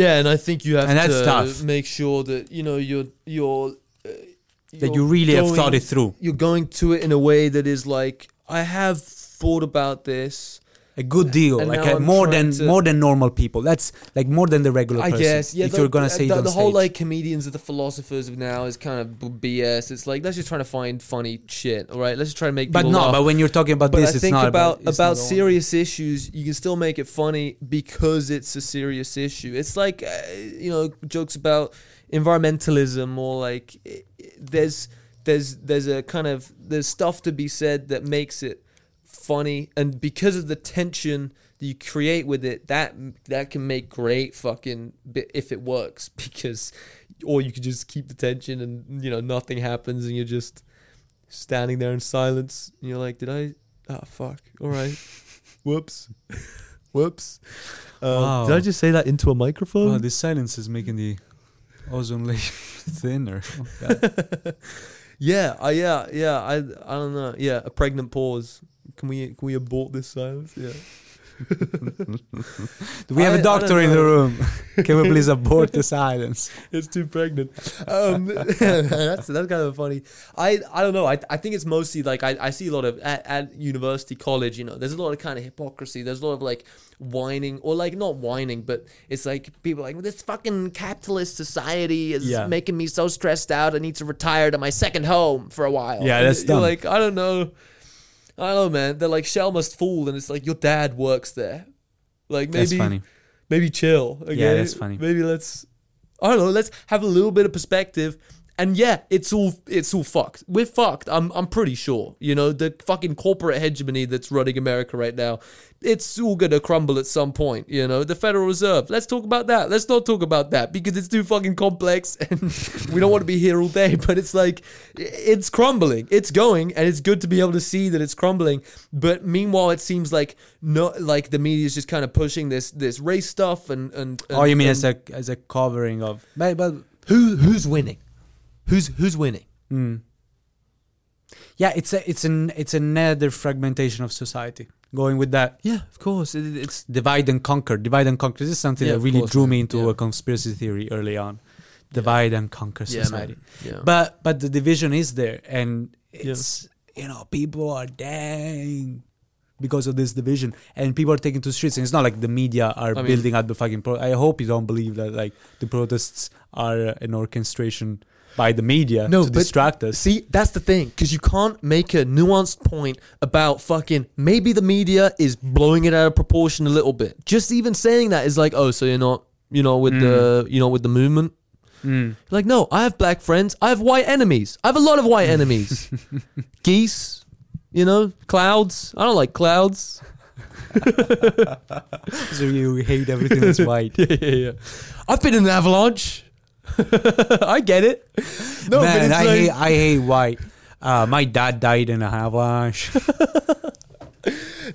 [SPEAKER 2] Yeah, and I think you have
[SPEAKER 1] And that's
[SPEAKER 2] to
[SPEAKER 1] tough.
[SPEAKER 2] make sure that you know you're you're uh,
[SPEAKER 1] that
[SPEAKER 2] you're
[SPEAKER 1] you really have
[SPEAKER 2] going-
[SPEAKER 1] thought it through
[SPEAKER 2] You're going to it in a way that is like I have thought about this.
[SPEAKER 1] a good deal
[SPEAKER 2] And
[SPEAKER 1] like
[SPEAKER 2] now
[SPEAKER 1] a,
[SPEAKER 2] I'm
[SPEAKER 1] more
[SPEAKER 2] trying
[SPEAKER 1] than
[SPEAKER 2] to-
[SPEAKER 1] more than normal people that's like more than the regular
[SPEAKER 2] I
[SPEAKER 1] person
[SPEAKER 2] guess yeah.
[SPEAKER 1] if
[SPEAKER 2] the,
[SPEAKER 1] you're gonna
[SPEAKER 2] the,
[SPEAKER 1] say it
[SPEAKER 2] the,
[SPEAKER 1] on
[SPEAKER 2] the whole
[SPEAKER 1] stage.
[SPEAKER 2] like comedians of the philosophers of now is kind of b- BS. It's like let's just try to find funny shit. All right, let's just try to make.
[SPEAKER 1] but
[SPEAKER 2] people
[SPEAKER 1] no
[SPEAKER 2] laugh.
[SPEAKER 1] but when you're talking about
[SPEAKER 2] but
[SPEAKER 1] this
[SPEAKER 2] I
[SPEAKER 1] it's
[SPEAKER 2] think
[SPEAKER 1] not
[SPEAKER 2] about
[SPEAKER 1] it's
[SPEAKER 2] about
[SPEAKER 1] not-
[SPEAKER 2] serious issues, you can still make it funny because it's a serious issue. It's like uh, you know jokes about environmentalism or like i- i- there's there's there's a kind of there's stuff to be said that makes it funny, and because of the tension that you create with it, that that can make great fucking bit if it works because. Or you could just keep the tension and you know nothing happens and you're just standing there in silence. And you're like, did I? Ah, fuck. All right. Whoops. Whoops. Um,
[SPEAKER 1] Wow.
[SPEAKER 2] Did I just say that into a microphone?
[SPEAKER 1] Wow, this silence is making the ozone layer thinner.
[SPEAKER 2] yeah. I, yeah. Yeah. I. I don't know. Yeah. A pregnant pause. Can we? Can we abort this silence? Yeah.
[SPEAKER 1] Do we have
[SPEAKER 2] I-
[SPEAKER 1] a
[SPEAKER 2] I
[SPEAKER 1] doctor
[SPEAKER 2] don't
[SPEAKER 1] in the
[SPEAKER 2] know.
[SPEAKER 1] room? Can we please abort the silence?
[SPEAKER 2] it's too pregnant. Um, that's that's kind of funny. I I don't know. I, I think it's mostly like I, I see a lot of at, at university college. You know, there's a lot of kind of hypocrisy. There's a lot of like whining or like not whining, but it's like people are like this fucking capitalist society is
[SPEAKER 1] Yeah.
[SPEAKER 2] making me so stressed out. I need to retire to my second home for a while.
[SPEAKER 1] Yeah,
[SPEAKER 2] And
[SPEAKER 1] that's
[SPEAKER 2] you're
[SPEAKER 1] dumb.
[SPEAKER 2] like I don't know. I don't know, man. They're like shell must fall, and it's like your dad works there. Like maybe
[SPEAKER 1] That's funny.
[SPEAKER 2] maybe chill. Okay?
[SPEAKER 1] that's funny.
[SPEAKER 2] Maybe let's I don't know, let's have a little bit of perspective. And yeah, it's all it's all fucked. We're fucked. I'm I'm pretty sure. You know, the fucking corporate hegemony that's running America right now, it's all gonna crumble at some point. You know, the Federal Reserve. Let's talk about that. Let's not talk about that because it's too fucking complex, and we don't want to be here all day. But it's like i- it's crumbling. It's going, and it's good to be able to see that it's crumbling. But meanwhile, it seems like no, like the media is just kind of pushing this this race stuff and and.
[SPEAKER 1] Oh, you mean
[SPEAKER 2] and-
[SPEAKER 1] as a as a covering of? But, but
[SPEAKER 2] who who's winning? Who's who's winning?
[SPEAKER 1] yeah, it's a it's an it's another fragmentation of society. Going with that
[SPEAKER 2] Yeah, of course. It, it's
[SPEAKER 1] divide and conquer, divide and conquer. This is something
[SPEAKER 2] Yeah,
[SPEAKER 1] that
[SPEAKER 2] of
[SPEAKER 1] really
[SPEAKER 2] course,
[SPEAKER 1] drew me
[SPEAKER 2] man.
[SPEAKER 1] into
[SPEAKER 2] Yeah.
[SPEAKER 1] a conspiracy theory early on. Divide and conquer
[SPEAKER 2] yeah,
[SPEAKER 1] society.
[SPEAKER 2] Yeah.
[SPEAKER 1] But but the division is there, and it's you know people are dang because of this division, and people are taking to the streets. And it's not like the media are
[SPEAKER 2] mean-
[SPEAKER 1] building up the fucking. Pro- I hope you don't believe that like the protests are an orchestration by the media
[SPEAKER 2] No,
[SPEAKER 1] to
[SPEAKER 2] but
[SPEAKER 1] distract us.
[SPEAKER 2] See, that's the thing, because you can't make a nuanced point about fucking maybe the media is blowing it out of proportion a little bit. Just even saying that is like, oh, so you're not, you know, with the, you know, with the movement. Like, no, I have black friends. I have white enemies. I have a lot of white enemies. Geese, you know, clouds. I don't like clouds.
[SPEAKER 1] so you hate everything that's white.
[SPEAKER 2] yeah, yeah, yeah. I've been in an avalanche. I get it. No, but
[SPEAKER 1] Man,
[SPEAKER 2] it's
[SPEAKER 1] I
[SPEAKER 2] like-
[SPEAKER 1] hate I hate white. Uh, my dad died in a avalanche.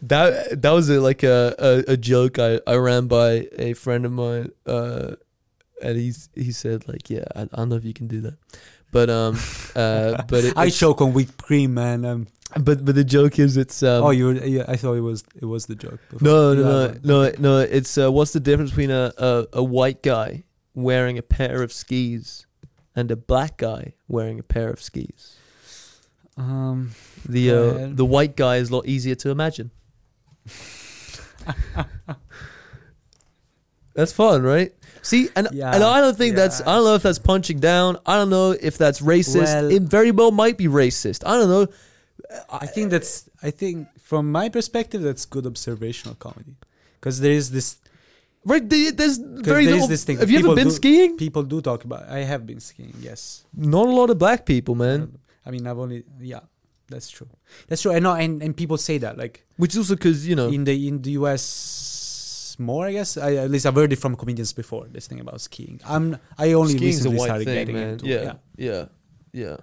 [SPEAKER 3] that
[SPEAKER 2] that was a, like a, a, a joke I, I ran by a friend of mine, uh, and he's he said like, yeah, I, I don't know if you can do that, but um, uh, but it,
[SPEAKER 1] I
[SPEAKER 2] it's-
[SPEAKER 1] choke on whipped cream, man. Um,
[SPEAKER 2] but but the joke is it's um,
[SPEAKER 1] oh, you were, yeah, I thought it was it was the joke. before.
[SPEAKER 2] no
[SPEAKER 1] You
[SPEAKER 2] no
[SPEAKER 1] haven't.
[SPEAKER 2] no no no it's uh, what's the difference between a, a a white guy wearing a pair of skis and a black guy wearing a pair of skis?
[SPEAKER 1] Um,
[SPEAKER 2] The
[SPEAKER 1] Go
[SPEAKER 2] uh,
[SPEAKER 1] ahead.
[SPEAKER 2] the white guy is a lot easier to imagine. that's fun, right? See, and
[SPEAKER 1] Yeah,
[SPEAKER 2] and I don't think that's I don't know if that's punching down. I don't know if that's racist.
[SPEAKER 1] Well-
[SPEAKER 2] it very well might be racist. I don't know.
[SPEAKER 1] I think that's I think from my perspective that's good observational comedy because there is this
[SPEAKER 2] Right? there- There's very
[SPEAKER 1] there is
[SPEAKER 2] little.
[SPEAKER 1] this thing
[SPEAKER 2] have you ever
[SPEAKER 1] people
[SPEAKER 2] been
[SPEAKER 1] do-
[SPEAKER 2] skiing?
[SPEAKER 1] people do talk about. I have been skiing, yes.
[SPEAKER 2] Not a lot of black people, man.
[SPEAKER 1] I mean, I've only yeah, that's true. That's true. And no, and, and people say that like
[SPEAKER 2] Which is also because you know.
[SPEAKER 1] in the in the US more, I guess. I, at least I've heard it from comedians before. This thing about skiing. I'm I only
[SPEAKER 2] Skiing's a
[SPEAKER 1] recently
[SPEAKER 2] white
[SPEAKER 1] started
[SPEAKER 2] thing,
[SPEAKER 1] getting
[SPEAKER 2] man.
[SPEAKER 1] into it,
[SPEAKER 2] Yeah, yeah, yeah.
[SPEAKER 1] yeah.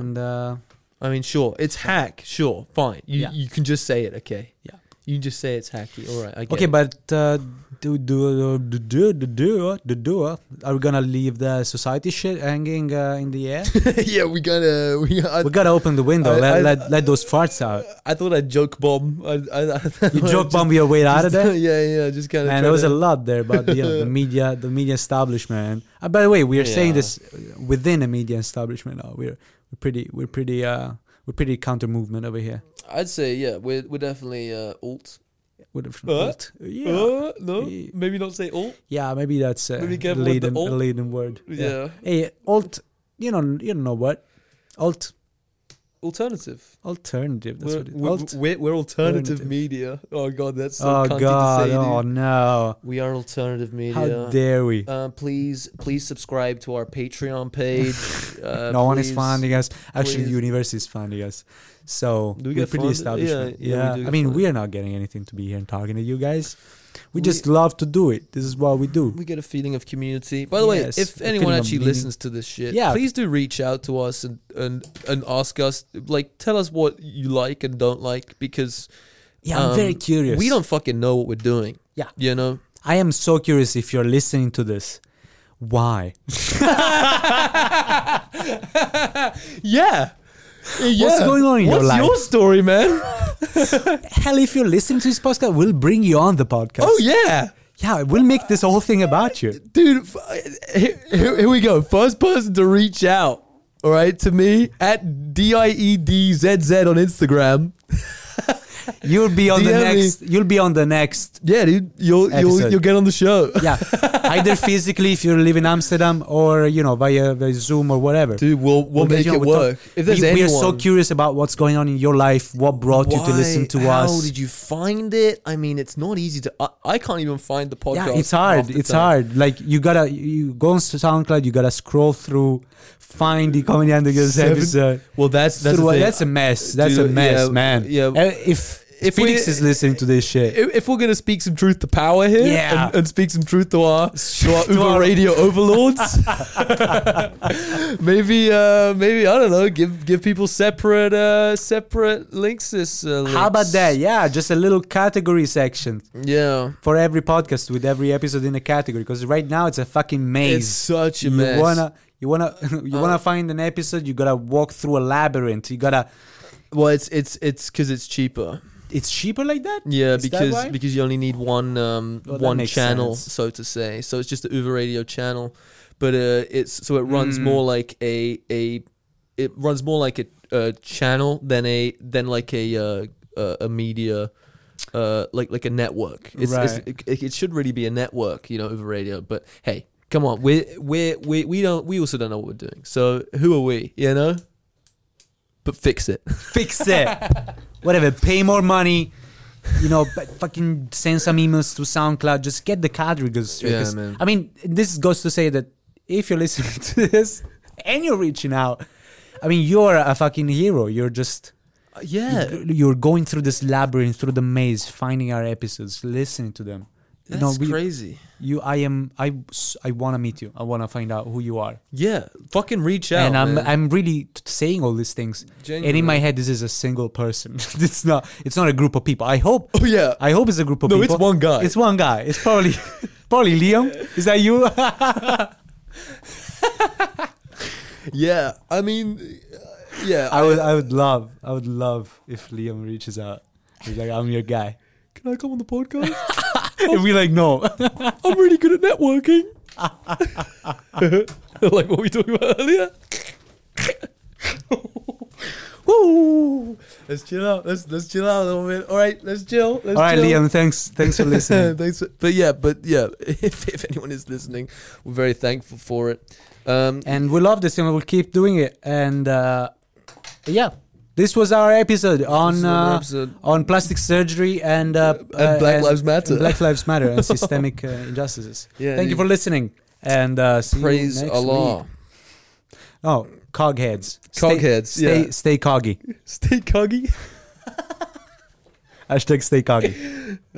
[SPEAKER 1] And uh,
[SPEAKER 2] I mean, sure, it's hack. Sure, fine. You
[SPEAKER 1] Yeah.
[SPEAKER 2] you can just say it, okay?
[SPEAKER 1] Yeah.
[SPEAKER 2] You can just say it's hacky. All right, I get
[SPEAKER 1] okay,
[SPEAKER 2] it.
[SPEAKER 1] but uh, do do do do do do do do. Are we gonna leave the society shit hanging uh, in the air?
[SPEAKER 2] yeah, we gotta. We, I,
[SPEAKER 1] we gotta open the window.
[SPEAKER 2] I-
[SPEAKER 1] let,
[SPEAKER 2] I-
[SPEAKER 1] let let those farts out.
[SPEAKER 2] I thought I'd joke bomb. I, I, I
[SPEAKER 1] You
[SPEAKER 2] thought
[SPEAKER 1] joke
[SPEAKER 2] I'd
[SPEAKER 1] bomb your way
[SPEAKER 2] just-
[SPEAKER 1] out of there.
[SPEAKER 2] yeah, yeah, just kind of.
[SPEAKER 1] Man, there was a lot there about you know, the media, the media establishment. Uh, by the way, we are saying
[SPEAKER 2] Yeah.
[SPEAKER 1] this uh, within a media establishment. Now we're we're pretty we're pretty uh we're pretty counter movement over here.
[SPEAKER 3] I'd say yeah, we're we're definitely uh, alt.
[SPEAKER 1] Would have-
[SPEAKER 2] Huh?
[SPEAKER 1] yeah,
[SPEAKER 3] Uh, no,
[SPEAKER 1] Yeah.
[SPEAKER 3] maybe not say alt.
[SPEAKER 1] yeah, maybe that's uh,
[SPEAKER 3] Maybe
[SPEAKER 1] a
[SPEAKER 3] careful with the
[SPEAKER 1] leading a
[SPEAKER 3] alt.
[SPEAKER 1] leading word.
[SPEAKER 3] Yeah.
[SPEAKER 1] Hey, alt, you know you don't know what alt
[SPEAKER 3] alternative.
[SPEAKER 1] alternative. That's
[SPEAKER 3] We're,
[SPEAKER 1] what it
[SPEAKER 3] we're,
[SPEAKER 1] alt.
[SPEAKER 3] we're, we're alternative
[SPEAKER 1] Alternative.
[SPEAKER 3] media. Oh god, that's so
[SPEAKER 1] Oh
[SPEAKER 3] cunty
[SPEAKER 1] God!
[SPEAKER 3] to say,
[SPEAKER 1] Oh
[SPEAKER 3] dude.
[SPEAKER 1] no!
[SPEAKER 3] We are alternative media.
[SPEAKER 1] How dare we?
[SPEAKER 3] uh, please, please subscribe to our Patreon page. Uh,
[SPEAKER 1] no one is
[SPEAKER 3] please.
[SPEAKER 1] funding us. Actually,
[SPEAKER 3] please.
[SPEAKER 1] the university is funding us. So
[SPEAKER 2] Do we
[SPEAKER 1] we are
[SPEAKER 2] get
[SPEAKER 1] pretty
[SPEAKER 2] funded?
[SPEAKER 1] established.
[SPEAKER 2] Yeah,
[SPEAKER 1] now.
[SPEAKER 2] yeah, we do
[SPEAKER 1] I
[SPEAKER 2] get
[SPEAKER 1] mean,
[SPEAKER 2] funded.
[SPEAKER 1] we are not getting anything to be here and talking to you guys. We,
[SPEAKER 3] We-
[SPEAKER 1] just love to do it. This is what we do.
[SPEAKER 3] We get a feeling of community. By the way,
[SPEAKER 1] Yes,
[SPEAKER 3] if
[SPEAKER 1] a
[SPEAKER 3] anyone
[SPEAKER 1] feeling of
[SPEAKER 3] actually
[SPEAKER 1] meaning.
[SPEAKER 3] listens to this shit,
[SPEAKER 1] Yeah.
[SPEAKER 3] please do reach out to us and, and and ask us. Like, tell us what you like and don't like because
[SPEAKER 1] Yeah, I'm
[SPEAKER 3] um,
[SPEAKER 1] very curious.
[SPEAKER 3] We don't fucking know what we're doing.
[SPEAKER 1] Yeah.
[SPEAKER 3] you know.
[SPEAKER 1] I am so curious if you're listening to this. Why?
[SPEAKER 2] yeah. yeah.
[SPEAKER 1] What's going on in your
[SPEAKER 2] What's
[SPEAKER 1] life?
[SPEAKER 2] your story, man?
[SPEAKER 1] Hell, if you're listening to this podcast, we'll bring you on the podcast.
[SPEAKER 2] oh yeah,
[SPEAKER 1] yeah, we'll make this whole thing about you.
[SPEAKER 2] dude. f- Here, here here we go. First person to reach out, all right, to me at d i e d z z on Instagram.
[SPEAKER 1] You'll be on the
[SPEAKER 2] DM me.
[SPEAKER 1] next. You'll be on the next.
[SPEAKER 2] Yeah, dude. You'll you'll
[SPEAKER 1] Episode.
[SPEAKER 2] you'll get on the show.
[SPEAKER 1] Yeah, either physically if you live in Amsterdam or you know via, via Zoom or whatever.
[SPEAKER 2] Dude, we'll
[SPEAKER 1] Well,
[SPEAKER 2] we'll, make
[SPEAKER 1] you know,
[SPEAKER 2] it
[SPEAKER 1] we're
[SPEAKER 2] work.
[SPEAKER 1] talk-
[SPEAKER 2] If there's
[SPEAKER 1] we,
[SPEAKER 2] anyone,
[SPEAKER 1] we are so curious about what's going on in your life. What brought you to listen to
[SPEAKER 2] Why? How
[SPEAKER 1] us?
[SPEAKER 2] did you find it? I mean, it's not easy to. I, I can't even find the podcast.
[SPEAKER 1] yeah, it's hard.
[SPEAKER 2] half the
[SPEAKER 1] It's
[SPEAKER 2] time.
[SPEAKER 1] hard. Like you gotta you go on SoundCloud. You gotta scroll through, find the comedy under your
[SPEAKER 2] Seven-
[SPEAKER 1] episode.
[SPEAKER 2] Well, that's that's,
[SPEAKER 1] Through-
[SPEAKER 2] the thing.
[SPEAKER 1] that's a mess. That's a
[SPEAKER 2] Dude,
[SPEAKER 1] mess,
[SPEAKER 2] yeah,
[SPEAKER 1] man.
[SPEAKER 2] yeah.
[SPEAKER 1] Uh, If if
[SPEAKER 2] If we-
[SPEAKER 1] Felix is listening to this shit,
[SPEAKER 2] if, if we're gonna speak some truth to power here,
[SPEAKER 1] Yeah.
[SPEAKER 2] and, and speak some truth to our to our
[SPEAKER 1] To
[SPEAKER 2] Uber
[SPEAKER 1] our-
[SPEAKER 2] radio overlords, maybe uh, maybe I don't know. Give give people separate uh, separate links. This uh,
[SPEAKER 1] how about
[SPEAKER 2] links.
[SPEAKER 1] that? Yeah, just a little category section
[SPEAKER 2] Yeah,
[SPEAKER 1] for every podcast with every episode in a category. Because right now it's a fucking maze.
[SPEAKER 2] it's such a
[SPEAKER 1] you
[SPEAKER 2] mess.
[SPEAKER 1] wanna you wanna you
[SPEAKER 2] Uh,
[SPEAKER 1] wanna find an episode. You gotta walk through a labyrinth. You gotta.
[SPEAKER 2] well, it's it's it's because it's cheaper.
[SPEAKER 1] It's cheaper like that.
[SPEAKER 2] Yeah,
[SPEAKER 1] Is that
[SPEAKER 2] because
[SPEAKER 1] why?
[SPEAKER 2] because you only need one um,
[SPEAKER 1] Well, that
[SPEAKER 2] one
[SPEAKER 1] makes
[SPEAKER 2] channel,
[SPEAKER 1] sense.
[SPEAKER 2] so to say. So it's just the Uber Radio channel, but uh, it's so it runs
[SPEAKER 1] Mm.
[SPEAKER 2] more like a a it runs more like a, a channel than a than like a uh, uh, a media. Uh, like like a network. It's,
[SPEAKER 1] Right.
[SPEAKER 2] it's, it, it should really be a network, you know, over radio. But hey, come on, we we we we don't we also don't know what we're doing. So who are we? You know, but fix it.
[SPEAKER 1] fix it. Whatever, pay more money. You know, but fucking send some emails to SoundCloud. Just get the categories. straight,
[SPEAKER 2] Yeah,
[SPEAKER 1] 'cause-
[SPEAKER 2] man.
[SPEAKER 1] I mean, this goes to say that if you're listening to this and you're reaching out, I mean, you're a fucking hero. You're just
[SPEAKER 2] yeah.
[SPEAKER 1] You- You're going through this labyrinth, through the maze, finding our episodes, listening to them.
[SPEAKER 2] That's
[SPEAKER 1] no, we,
[SPEAKER 2] crazy.
[SPEAKER 1] you. I am. I. s- I want to meet you. I want to find out who you are.
[SPEAKER 2] Yeah, fucking reach out.
[SPEAKER 1] and I'm.
[SPEAKER 2] man.
[SPEAKER 1] I'm really t- saying all these things. And in my
[SPEAKER 2] Genuinely.
[SPEAKER 1] head, this is a single person. it's not. It's not a group of people. I hope.
[SPEAKER 2] oh yeah,
[SPEAKER 1] I hope it's a group of
[SPEAKER 2] no,
[SPEAKER 1] people.
[SPEAKER 2] it's one guy.
[SPEAKER 1] It's one guy. It's probably probably Liam. Is that you?
[SPEAKER 2] yeah, I mean, uh, yeah,
[SPEAKER 1] I would I would love I would love if Liam reaches out. He's like, I'm your guy.
[SPEAKER 2] can I come on the podcast?
[SPEAKER 1] And we like, no.
[SPEAKER 2] I'm really good at networking. like what we talked about earlier. Woo! Let's chill out. Let's let's chill out a little bit. All right, let's chill. Let's
[SPEAKER 1] All right,
[SPEAKER 2] chill.
[SPEAKER 1] Liam. Thanks thanks for listening.
[SPEAKER 2] Thanks. For, but yeah, but yeah, if, if anyone is listening, we're very thankful for it. Um,
[SPEAKER 1] and we love this, and we'll keep doing it. And uh, yeah, this was our episode
[SPEAKER 2] this
[SPEAKER 1] on
[SPEAKER 2] is another
[SPEAKER 1] uh,
[SPEAKER 2] episode.
[SPEAKER 1] on plastic surgery and uh,
[SPEAKER 2] and Black
[SPEAKER 1] and-
[SPEAKER 2] Lives Matter.
[SPEAKER 1] and Black Lives Matter and systemic uh, injustices.
[SPEAKER 2] yeah,
[SPEAKER 1] Thank you
[SPEAKER 2] dude.
[SPEAKER 1] for listening. And uh, see
[SPEAKER 2] praise
[SPEAKER 1] you next
[SPEAKER 2] Allah.
[SPEAKER 1] Week. Oh, cogheads.
[SPEAKER 2] Cogheads,
[SPEAKER 1] Stay, stay,
[SPEAKER 2] yeah.
[SPEAKER 1] stay coggy.
[SPEAKER 2] Stay coggy.
[SPEAKER 1] Hashtag stay coggy.